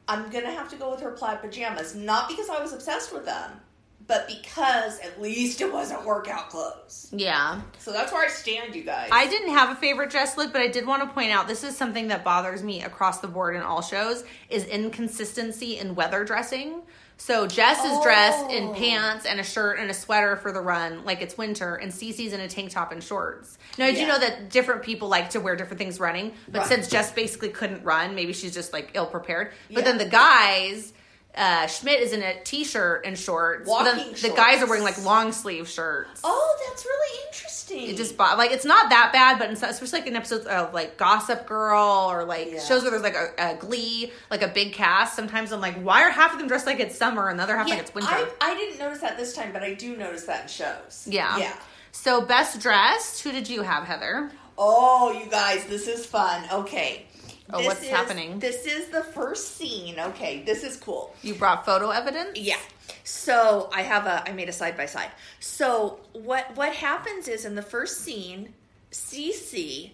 Speaker 3: I'm gonna have to go with her plaid pajamas. Not because I was obsessed with them, but because at least it wasn't workout clothes.
Speaker 1: Yeah.
Speaker 3: So that's where I stand, you guys.
Speaker 1: I didn't have a favorite dress look, but I did want to point out this is something that bothers me across the board in all shows is inconsistency in weather dressing. So Jess is dressed in
Speaker 3: Oh.
Speaker 1: pants and a shirt and a sweater for the run, like it's winter, and Cece's in a tank top and shorts. Now I do
Speaker 3: Yeah.
Speaker 1: know that different people like to wear different things running, but
Speaker 3: Right.
Speaker 1: since Jess basically couldn't run, maybe she's just like ill prepared. But
Speaker 3: Yeah.
Speaker 1: then the guys. Uh, Schmidt is in a t-shirt and shorts. but then
Speaker 3: Walking
Speaker 1: the guys are
Speaker 3: shorts.
Speaker 1: wearing like long sleeve shirts.
Speaker 3: oh, that's really interesting.
Speaker 1: It just bo- like it's not that bad, but in, so- especially like in episodes of like Gossip Girl or like
Speaker 3: Yeah.
Speaker 1: shows where there's like a, a Glee, like a big cast. Sometimes I'm like, why are half of them dressed like it's summer and the other half
Speaker 3: Yeah,
Speaker 1: like it's winter?
Speaker 3: I, I didn't notice that this time, but I do notice that in shows.
Speaker 1: yeah,
Speaker 3: Yeah.
Speaker 1: So best dressed, who did you have, Heather?
Speaker 3: Oh, you guys, this is fun. Okay.
Speaker 1: Oh,
Speaker 3: This
Speaker 1: what's
Speaker 3: is-
Speaker 1: happening?
Speaker 3: This is the first scene. Okay, this is cool.
Speaker 1: You brought photo evidence.
Speaker 3: Yeah. So I have a I made a side by side. So what what happens is in the first scene, Cece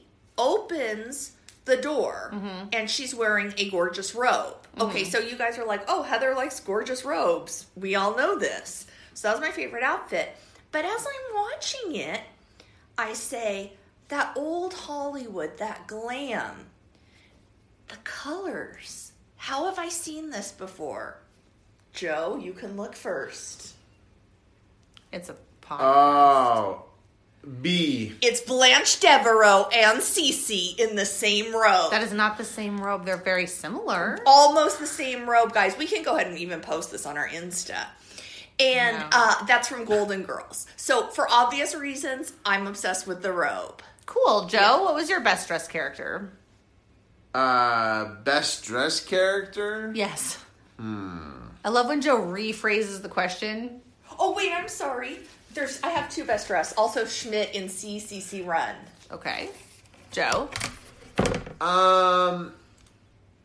Speaker 3: opens the door and she's wearing a gorgeous robe. Okay, so you guys are like, oh Heather likes gorgeous robes. We all know this. So that was my favorite outfit. But as I'm watching it, I say, that old Hollywood, that glam, the colors. How have I seen this before? Joe, you can look first.
Speaker 1: it's a pop.
Speaker 2: Oh, B.
Speaker 3: It's Blanche Devereaux and Cece in the same robe.
Speaker 1: that is not the same robe. They're very similar.
Speaker 3: almost the same robe, guys. We can go ahead and even post this on our Insta. And
Speaker 1: No.
Speaker 3: uh, that's from Golden Girls. So, for obvious reasons, I'm obsessed with the robe.
Speaker 1: Cool, Joe. What was your best dressed character?
Speaker 2: Uh, best dressed character.
Speaker 1: Yes. I love when Joe rephrases the question.
Speaker 3: Oh, wait, I'm sorry. There's I have two best dress. Also, Schmidt in CCC Run.
Speaker 1: Okay, Joe.
Speaker 2: Um,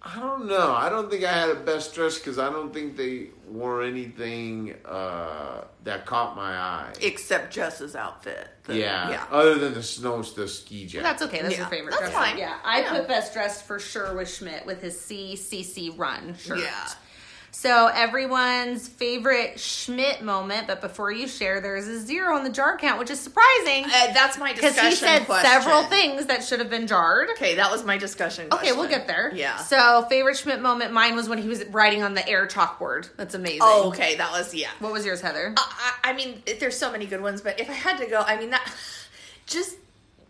Speaker 2: I don't know. I don't think I had a best dress because I don't think they wore anything uh, that caught my eye.
Speaker 3: Except Jess's outfit. The-
Speaker 2: yeah.
Speaker 3: Uh,
Speaker 2: Other than the snow, the ski jacket.
Speaker 1: That's okay. That's
Speaker 3: Yeah.
Speaker 1: your favorite.
Speaker 3: That's
Speaker 1: dress.
Speaker 3: fine.
Speaker 1: Yeah, I
Speaker 3: Yeah.
Speaker 1: put best dressed for sure with Schmidt with his CCC run shirt.
Speaker 3: Yeah.
Speaker 1: So everyone's favorite Schmidt moment, but before you share, there's a zero on the jar count, which is surprising
Speaker 3: Uh, that's my
Speaker 1: because
Speaker 3: discussion
Speaker 1: he said
Speaker 3: question.
Speaker 1: several things that should have been jarred.
Speaker 3: Okay, that was my discussion
Speaker 1: Okay, we'll
Speaker 3: question.
Speaker 1: get there.
Speaker 3: Yeah.
Speaker 1: So favorite Schmidt moment, mine was when he was writing on the air chalkboard. That's amazing.
Speaker 3: oh, Uh, okay, that was, yeah.
Speaker 1: What was yours, Heather?
Speaker 3: I, I mean, there's so many good ones, but if I had to go, I mean that just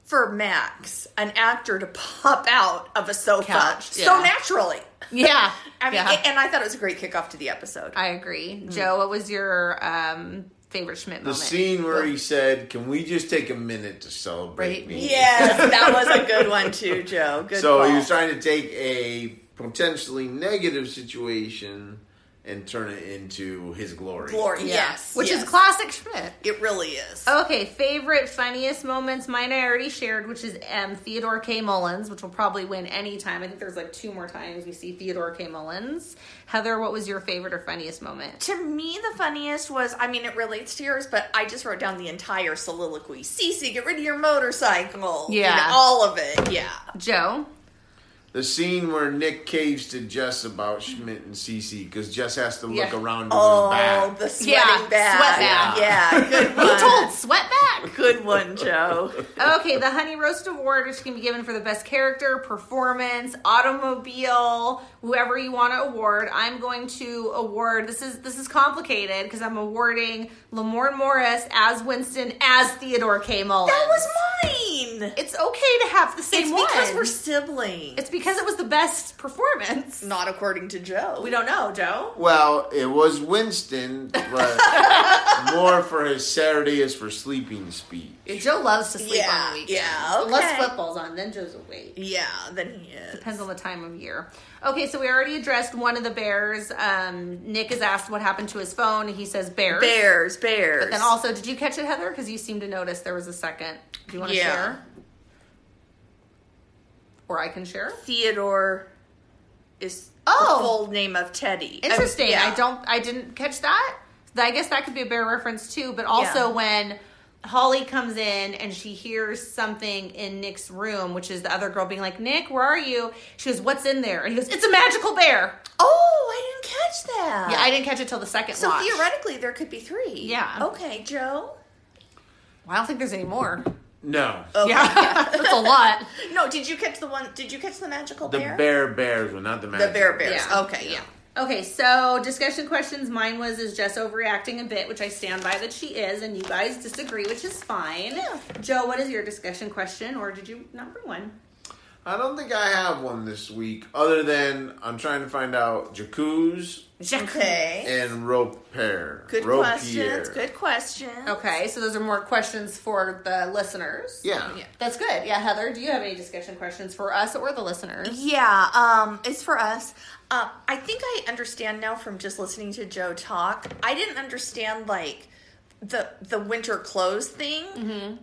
Speaker 3: for Max, an actor to pop out of a sofa
Speaker 1: Couch, yeah.
Speaker 3: so naturally.
Speaker 1: yeah.
Speaker 3: I mean,
Speaker 1: Yeah.
Speaker 3: and I thought it was a great kickoff to the episode.
Speaker 1: I agree. Joe, what was your um, favorite Schmidt
Speaker 2: The
Speaker 1: moment?
Speaker 2: scene where he said, "Can we just take a minute to celebrate
Speaker 1: Right.
Speaker 2: me?"
Speaker 3: yes, that was a good one too, Joe. Good.
Speaker 2: so
Speaker 3: call.
Speaker 2: he was trying to take a potentially negative situation and turn it into his glory.
Speaker 3: glory.
Speaker 1: Yeah.
Speaker 3: Yes,
Speaker 1: Which
Speaker 3: yes.
Speaker 1: is classic Schmidt.
Speaker 3: It really is.
Speaker 1: Okay, favorite funniest moments. Mine I already shared, which is um, Theodore K. Mullins, which will probably win any time. I think there's like two more times we see Theodore K. Mullins. Heather, what was your favorite or funniest moment?
Speaker 3: To me, the funniest was I mean, it relates to yours, but I just wrote down the entire soliloquy. Cece, get rid of your motorcycle. You know,
Speaker 1: Yeah.
Speaker 3: all of it. Yeah.
Speaker 1: Joe?
Speaker 2: the scene where Nick caves to Jess about Schmidt and Cece because Jess has to look
Speaker 1: Yeah.
Speaker 2: around to
Speaker 3: Oh,
Speaker 2: his back.
Speaker 3: the sweating
Speaker 1: Yeah,
Speaker 3: bag.
Speaker 1: sweat bag.
Speaker 3: Yeah, good
Speaker 1: Who
Speaker 3: one.
Speaker 1: told Sweatback?
Speaker 3: Good one, Joe.
Speaker 1: Okay, the Honey Roast Award, which can be given for the best character, performance, automobile, whoever you want to award. I'm going to award. This is this is complicated because I'm awarding Lamorne Morris as Winston as Theodore K. Mullins.
Speaker 3: That was mine.
Speaker 1: It's okay to have the same
Speaker 3: It's
Speaker 1: one.
Speaker 3: because we're siblings.
Speaker 1: It's because it was the best performance.
Speaker 3: not according to Joe.
Speaker 1: We don't know, Joe.
Speaker 2: Well, it was Winston, but more for his Saturday is for sleeping speech.
Speaker 1: Joe loves to sleep
Speaker 3: Yeah,
Speaker 1: on the weekend.
Speaker 3: yeah, okay.
Speaker 1: Unless football's on, then Joe's awake.
Speaker 3: Yeah, then he is.
Speaker 1: Depends on the time of year. Okay, so we already addressed one of the bears. Um, Nick is asked what happened to his phone. and He says bears.
Speaker 3: Bears, bears.
Speaker 1: Then also, did you catch it, Heather? Because you seemed to notice there was a second. Do you want to
Speaker 3: Yeah.
Speaker 1: share? Or I can share.
Speaker 3: Um, Theodore is
Speaker 1: Oh.
Speaker 3: the full name of Teddy. Um,
Speaker 1: Interesting.
Speaker 3: yeah.
Speaker 1: I don't. I didn't catch that. I guess that could be a bear reference too. But also
Speaker 3: Yeah.
Speaker 1: when Holly comes in and she hears something in Nick's room, which is the other girl being like, "Nick, where are you?" She goes, "What's in there?" And he goes, "It's a magical bear."
Speaker 3: Oh, I didn't catch that.
Speaker 1: Yeah, I didn't catch it till the second.
Speaker 3: So
Speaker 1: watch.
Speaker 3: theoretically, there could be three.
Speaker 1: Yeah.
Speaker 3: Okay, Joe.
Speaker 1: I don't think there's any more.
Speaker 2: No.
Speaker 3: Okay.
Speaker 1: Yeah, that's a lot.
Speaker 3: No, did you catch the one? Did you catch the magical
Speaker 2: The
Speaker 3: bear?
Speaker 2: Bear Bears were not the
Speaker 3: The
Speaker 2: magic.
Speaker 3: bear bears.
Speaker 1: Yeah.
Speaker 3: Okay, yeah.
Speaker 1: Okay, so discussion questions. Mine was is Jess overreacting a bit, which I stand by that she is, and you guys disagree, which is fine.
Speaker 3: Yeah.
Speaker 1: Joe, what is your discussion question, or did you number one?
Speaker 2: I don't think I have one this week, other than I'm trying to find out Jacuz
Speaker 3: Okay.
Speaker 2: and Roper.
Speaker 3: Good
Speaker 2: Ropier.
Speaker 3: questions. Good questions.
Speaker 1: Okay, so those are more questions for the listeners.
Speaker 2: Yeah.
Speaker 3: Yeah.
Speaker 1: That's good. Yeah, Heather, do you have any discussion questions for us or the listeners?
Speaker 3: Yeah, um, it's for us. Uh, I think I understand now from just listening to Joe talk. I didn't understand like the the winter clothes thing.
Speaker 1: Mm-hmm.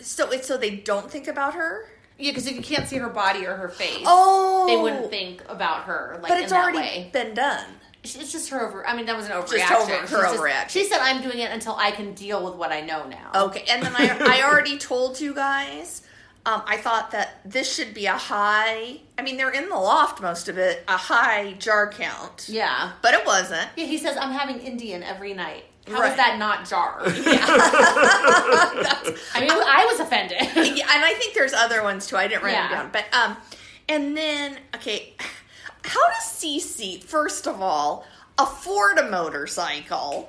Speaker 3: So it's so they don't think about her.
Speaker 1: Yeah, because if you can't see her body or her face,
Speaker 3: Oh,
Speaker 1: they wouldn't think about her like
Speaker 3: But it's
Speaker 1: in that
Speaker 3: already
Speaker 1: way.
Speaker 3: been done.
Speaker 1: She- It's just her over. I mean, that was an overreaction.
Speaker 3: Just over- her
Speaker 1: She's just-
Speaker 3: overreaction. Oh.
Speaker 1: She said, "I'm doing it until I can deal with what I know now."
Speaker 3: Okay, and then I I already told you guys. Um, I thought that this should be a high. I mean, they're in the loft most of it. A high jar count.
Speaker 1: Yeah.
Speaker 3: but it wasn't.
Speaker 1: Yeah. He says, "I'm having Indian every night." How is
Speaker 3: Right.
Speaker 1: that not jar? I mean, I was offended.
Speaker 3: yeah, and I think there's other ones too. I didn't write
Speaker 1: Yeah.
Speaker 3: them down, but um, and then okay, how does Cece first of all afford a motorcycle,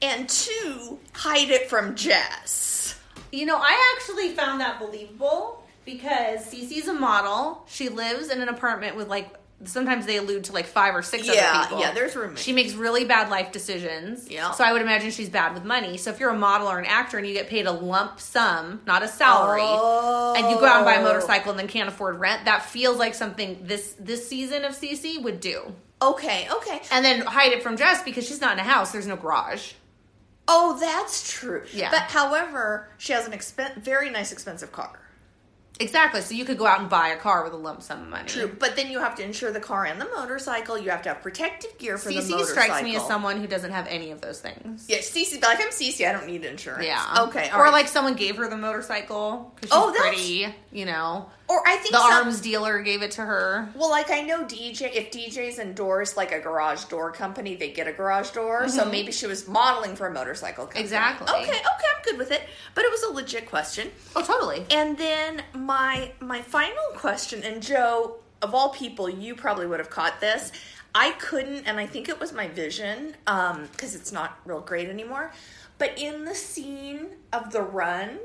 Speaker 3: and two hide it from Jess?
Speaker 1: You know, I actually found that believable because Cece's a model. She lives in an apartment with like sometimes they allude to like five or six
Speaker 3: Yeah,
Speaker 1: other people.
Speaker 3: yeah, there's roommates.
Speaker 1: She makes really bad life decisions.
Speaker 3: Yeah.
Speaker 1: So I would imagine she's bad with money. So if you're a model or an actor and you get paid a lump sum, not a salary, and you go out and
Speaker 3: Oh.
Speaker 1: buy a motorcycle and then can't afford rent, that feels like something this this season of Cece would do.
Speaker 3: Okay, okay.
Speaker 1: And then hide it from Jess because she's not in a house. There's no garage.
Speaker 3: Oh, that's true.
Speaker 1: Yeah.
Speaker 3: But however, she has an expen- very nice expensive car.
Speaker 1: Exactly. So you could go out and buy a car with a lump sum of money.
Speaker 3: True. But then you have to insure the car and the motorcycle. You have to have protective gear for the
Speaker 1: Cece
Speaker 3: motorcycle.
Speaker 1: strikes me as someone who doesn't have any of those things.
Speaker 3: Yeah, Cece. Like I'm Cece. I don't need insurance.
Speaker 1: Yeah.
Speaker 3: Okay. all
Speaker 1: Or
Speaker 3: right.
Speaker 1: like someone gave her the motorcycle because she's
Speaker 3: Oh, that's-
Speaker 1: pretty. You know,
Speaker 3: Or I think
Speaker 1: the
Speaker 3: some-
Speaker 1: arms dealer gave it to her.
Speaker 3: Well, like I know DJ. If DJs endorse like a garage door company, they get a garage door. So maybe she was modeling for a motorcycle company.
Speaker 1: Exactly.
Speaker 3: Okay. Okay. I'm good with it. But it was a legit question.
Speaker 1: Oh, totally.
Speaker 3: And then my my final question, and Joe, of all people, you probably would have caught this. I couldn't, and I think it was my vision, because it's not real great anymore. But in the scene of the run,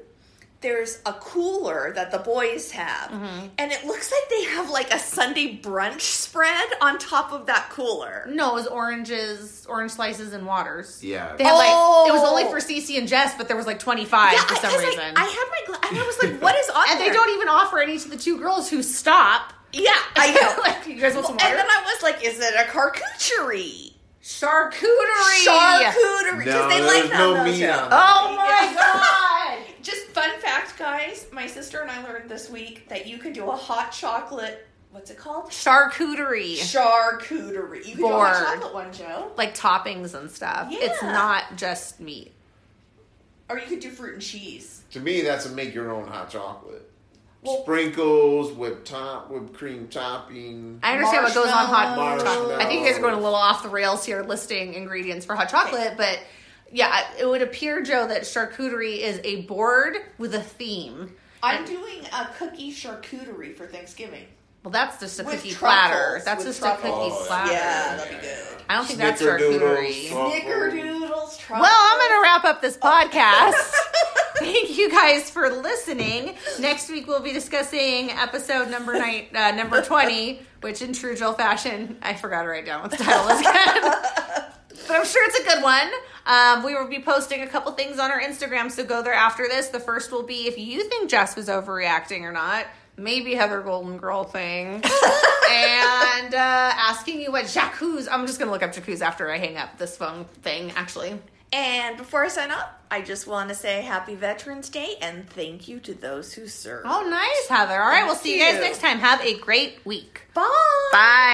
Speaker 3: there's a cooler that the boys have,
Speaker 1: Mm-hmm.
Speaker 3: and it looks like they have like a Sunday brunch spread on top of that cooler.
Speaker 1: No, it was oranges, orange slices, and waters.
Speaker 2: Yeah.
Speaker 1: They had like it was
Speaker 3: Oh.
Speaker 1: only for Cece and Jess, but there was like twenty five for
Speaker 3: I-
Speaker 1: some
Speaker 3: 'cause I-
Speaker 1: reason.
Speaker 3: I, had my gla- and I was like, "What is on?"
Speaker 1: and they
Speaker 3: there?
Speaker 1: don't even offer any to the two girls who stop.
Speaker 3: Yeah, I know.
Speaker 1: like, you guys want some water?
Speaker 3: And then I was like, is it a charcuterie?
Speaker 1: Charcuterie.
Speaker 3: Charcuterie.
Speaker 2: No,
Speaker 3: Because they like
Speaker 2: there's
Speaker 3: that.
Speaker 2: no
Speaker 3: on those,
Speaker 2: meat
Speaker 3: yeah.
Speaker 2: on that.
Speaker 1: Oh my god.
Speaker 3: Just fun fact, guys. My sister and I learned this week that you can do a hot chocolate. What's it called?
Speaker 1: Charcuterie.
Speaker 3: Charcuterie. You can do a
Speaker 1: Board.
Speaker 3: hot chocolate one, Joe.
Speaker 1: like toppings and stuff. It's
Speaker 3: Yeah.
Speaker 1: not just meat.
Speaker 3: Or you could do fruit and cheese.
Speaker 2: To me, that's a make your own hot chocolate. sprinkles, whipped top, whipped cream topping.
Speaker 1: I understand what goes on hot
Speaker 2: Marshmallows.
Speaker 1: chocolate. I think you guys are going a little off the rails here listing ingredients for hot chocolate, but yeah, I- it would appear, Joe, that charcuterie is a board with a theme.
Speaker 3: I'm doing a cookie charcuterie for Thanksgiving.
Speaker 1: Well, that's just a
Speaker 3: With
Speaker 1: cookie
Speaker 3: truffles,
Speaker 1: platter. That's
Speaker 3: with
Speaker 1: just a cookie
Speaker 2: Oh,
Speaker 3: truffles.
Speaker 1: platter.
Speaker 3: Yeah, that'd be good.
Speaker 1: I don't think that's
Speaker 2: Snickerdoodles,
Speaker 1: charcuterie.
Speaker 2: truffles.
Speaker 3: Snickerdoodles, truffles.
Speaker 1: Well, I'm going to wrap up this podcast. Thank you guys for listening. Next week we'll be discussing episode number nine, uh, number twenty, which in true Jill fashion, I forgot to write down what the title is again. but I'm sure it's a good one. Um, we will be posting a couple things on our Instagram, so go there after this. The first will be if you think Jess was overreacting or not, maybe Heather Golden Girl thing, and uh, asking you what jacuzzi. I'm just gonna look up jacuzzi after I hang up this phone thing. Actually,
Speaker 4: And before I sign up, I just want to say happy Veterans Day and thank you to those who serve.
Speaker 1: oh nice, Heather. All right, we'll see you guys
Speaker 3: you.
Speaker 1: next time. Have a great week.
Speaker 4: Bye.
Speaker 1: Bye.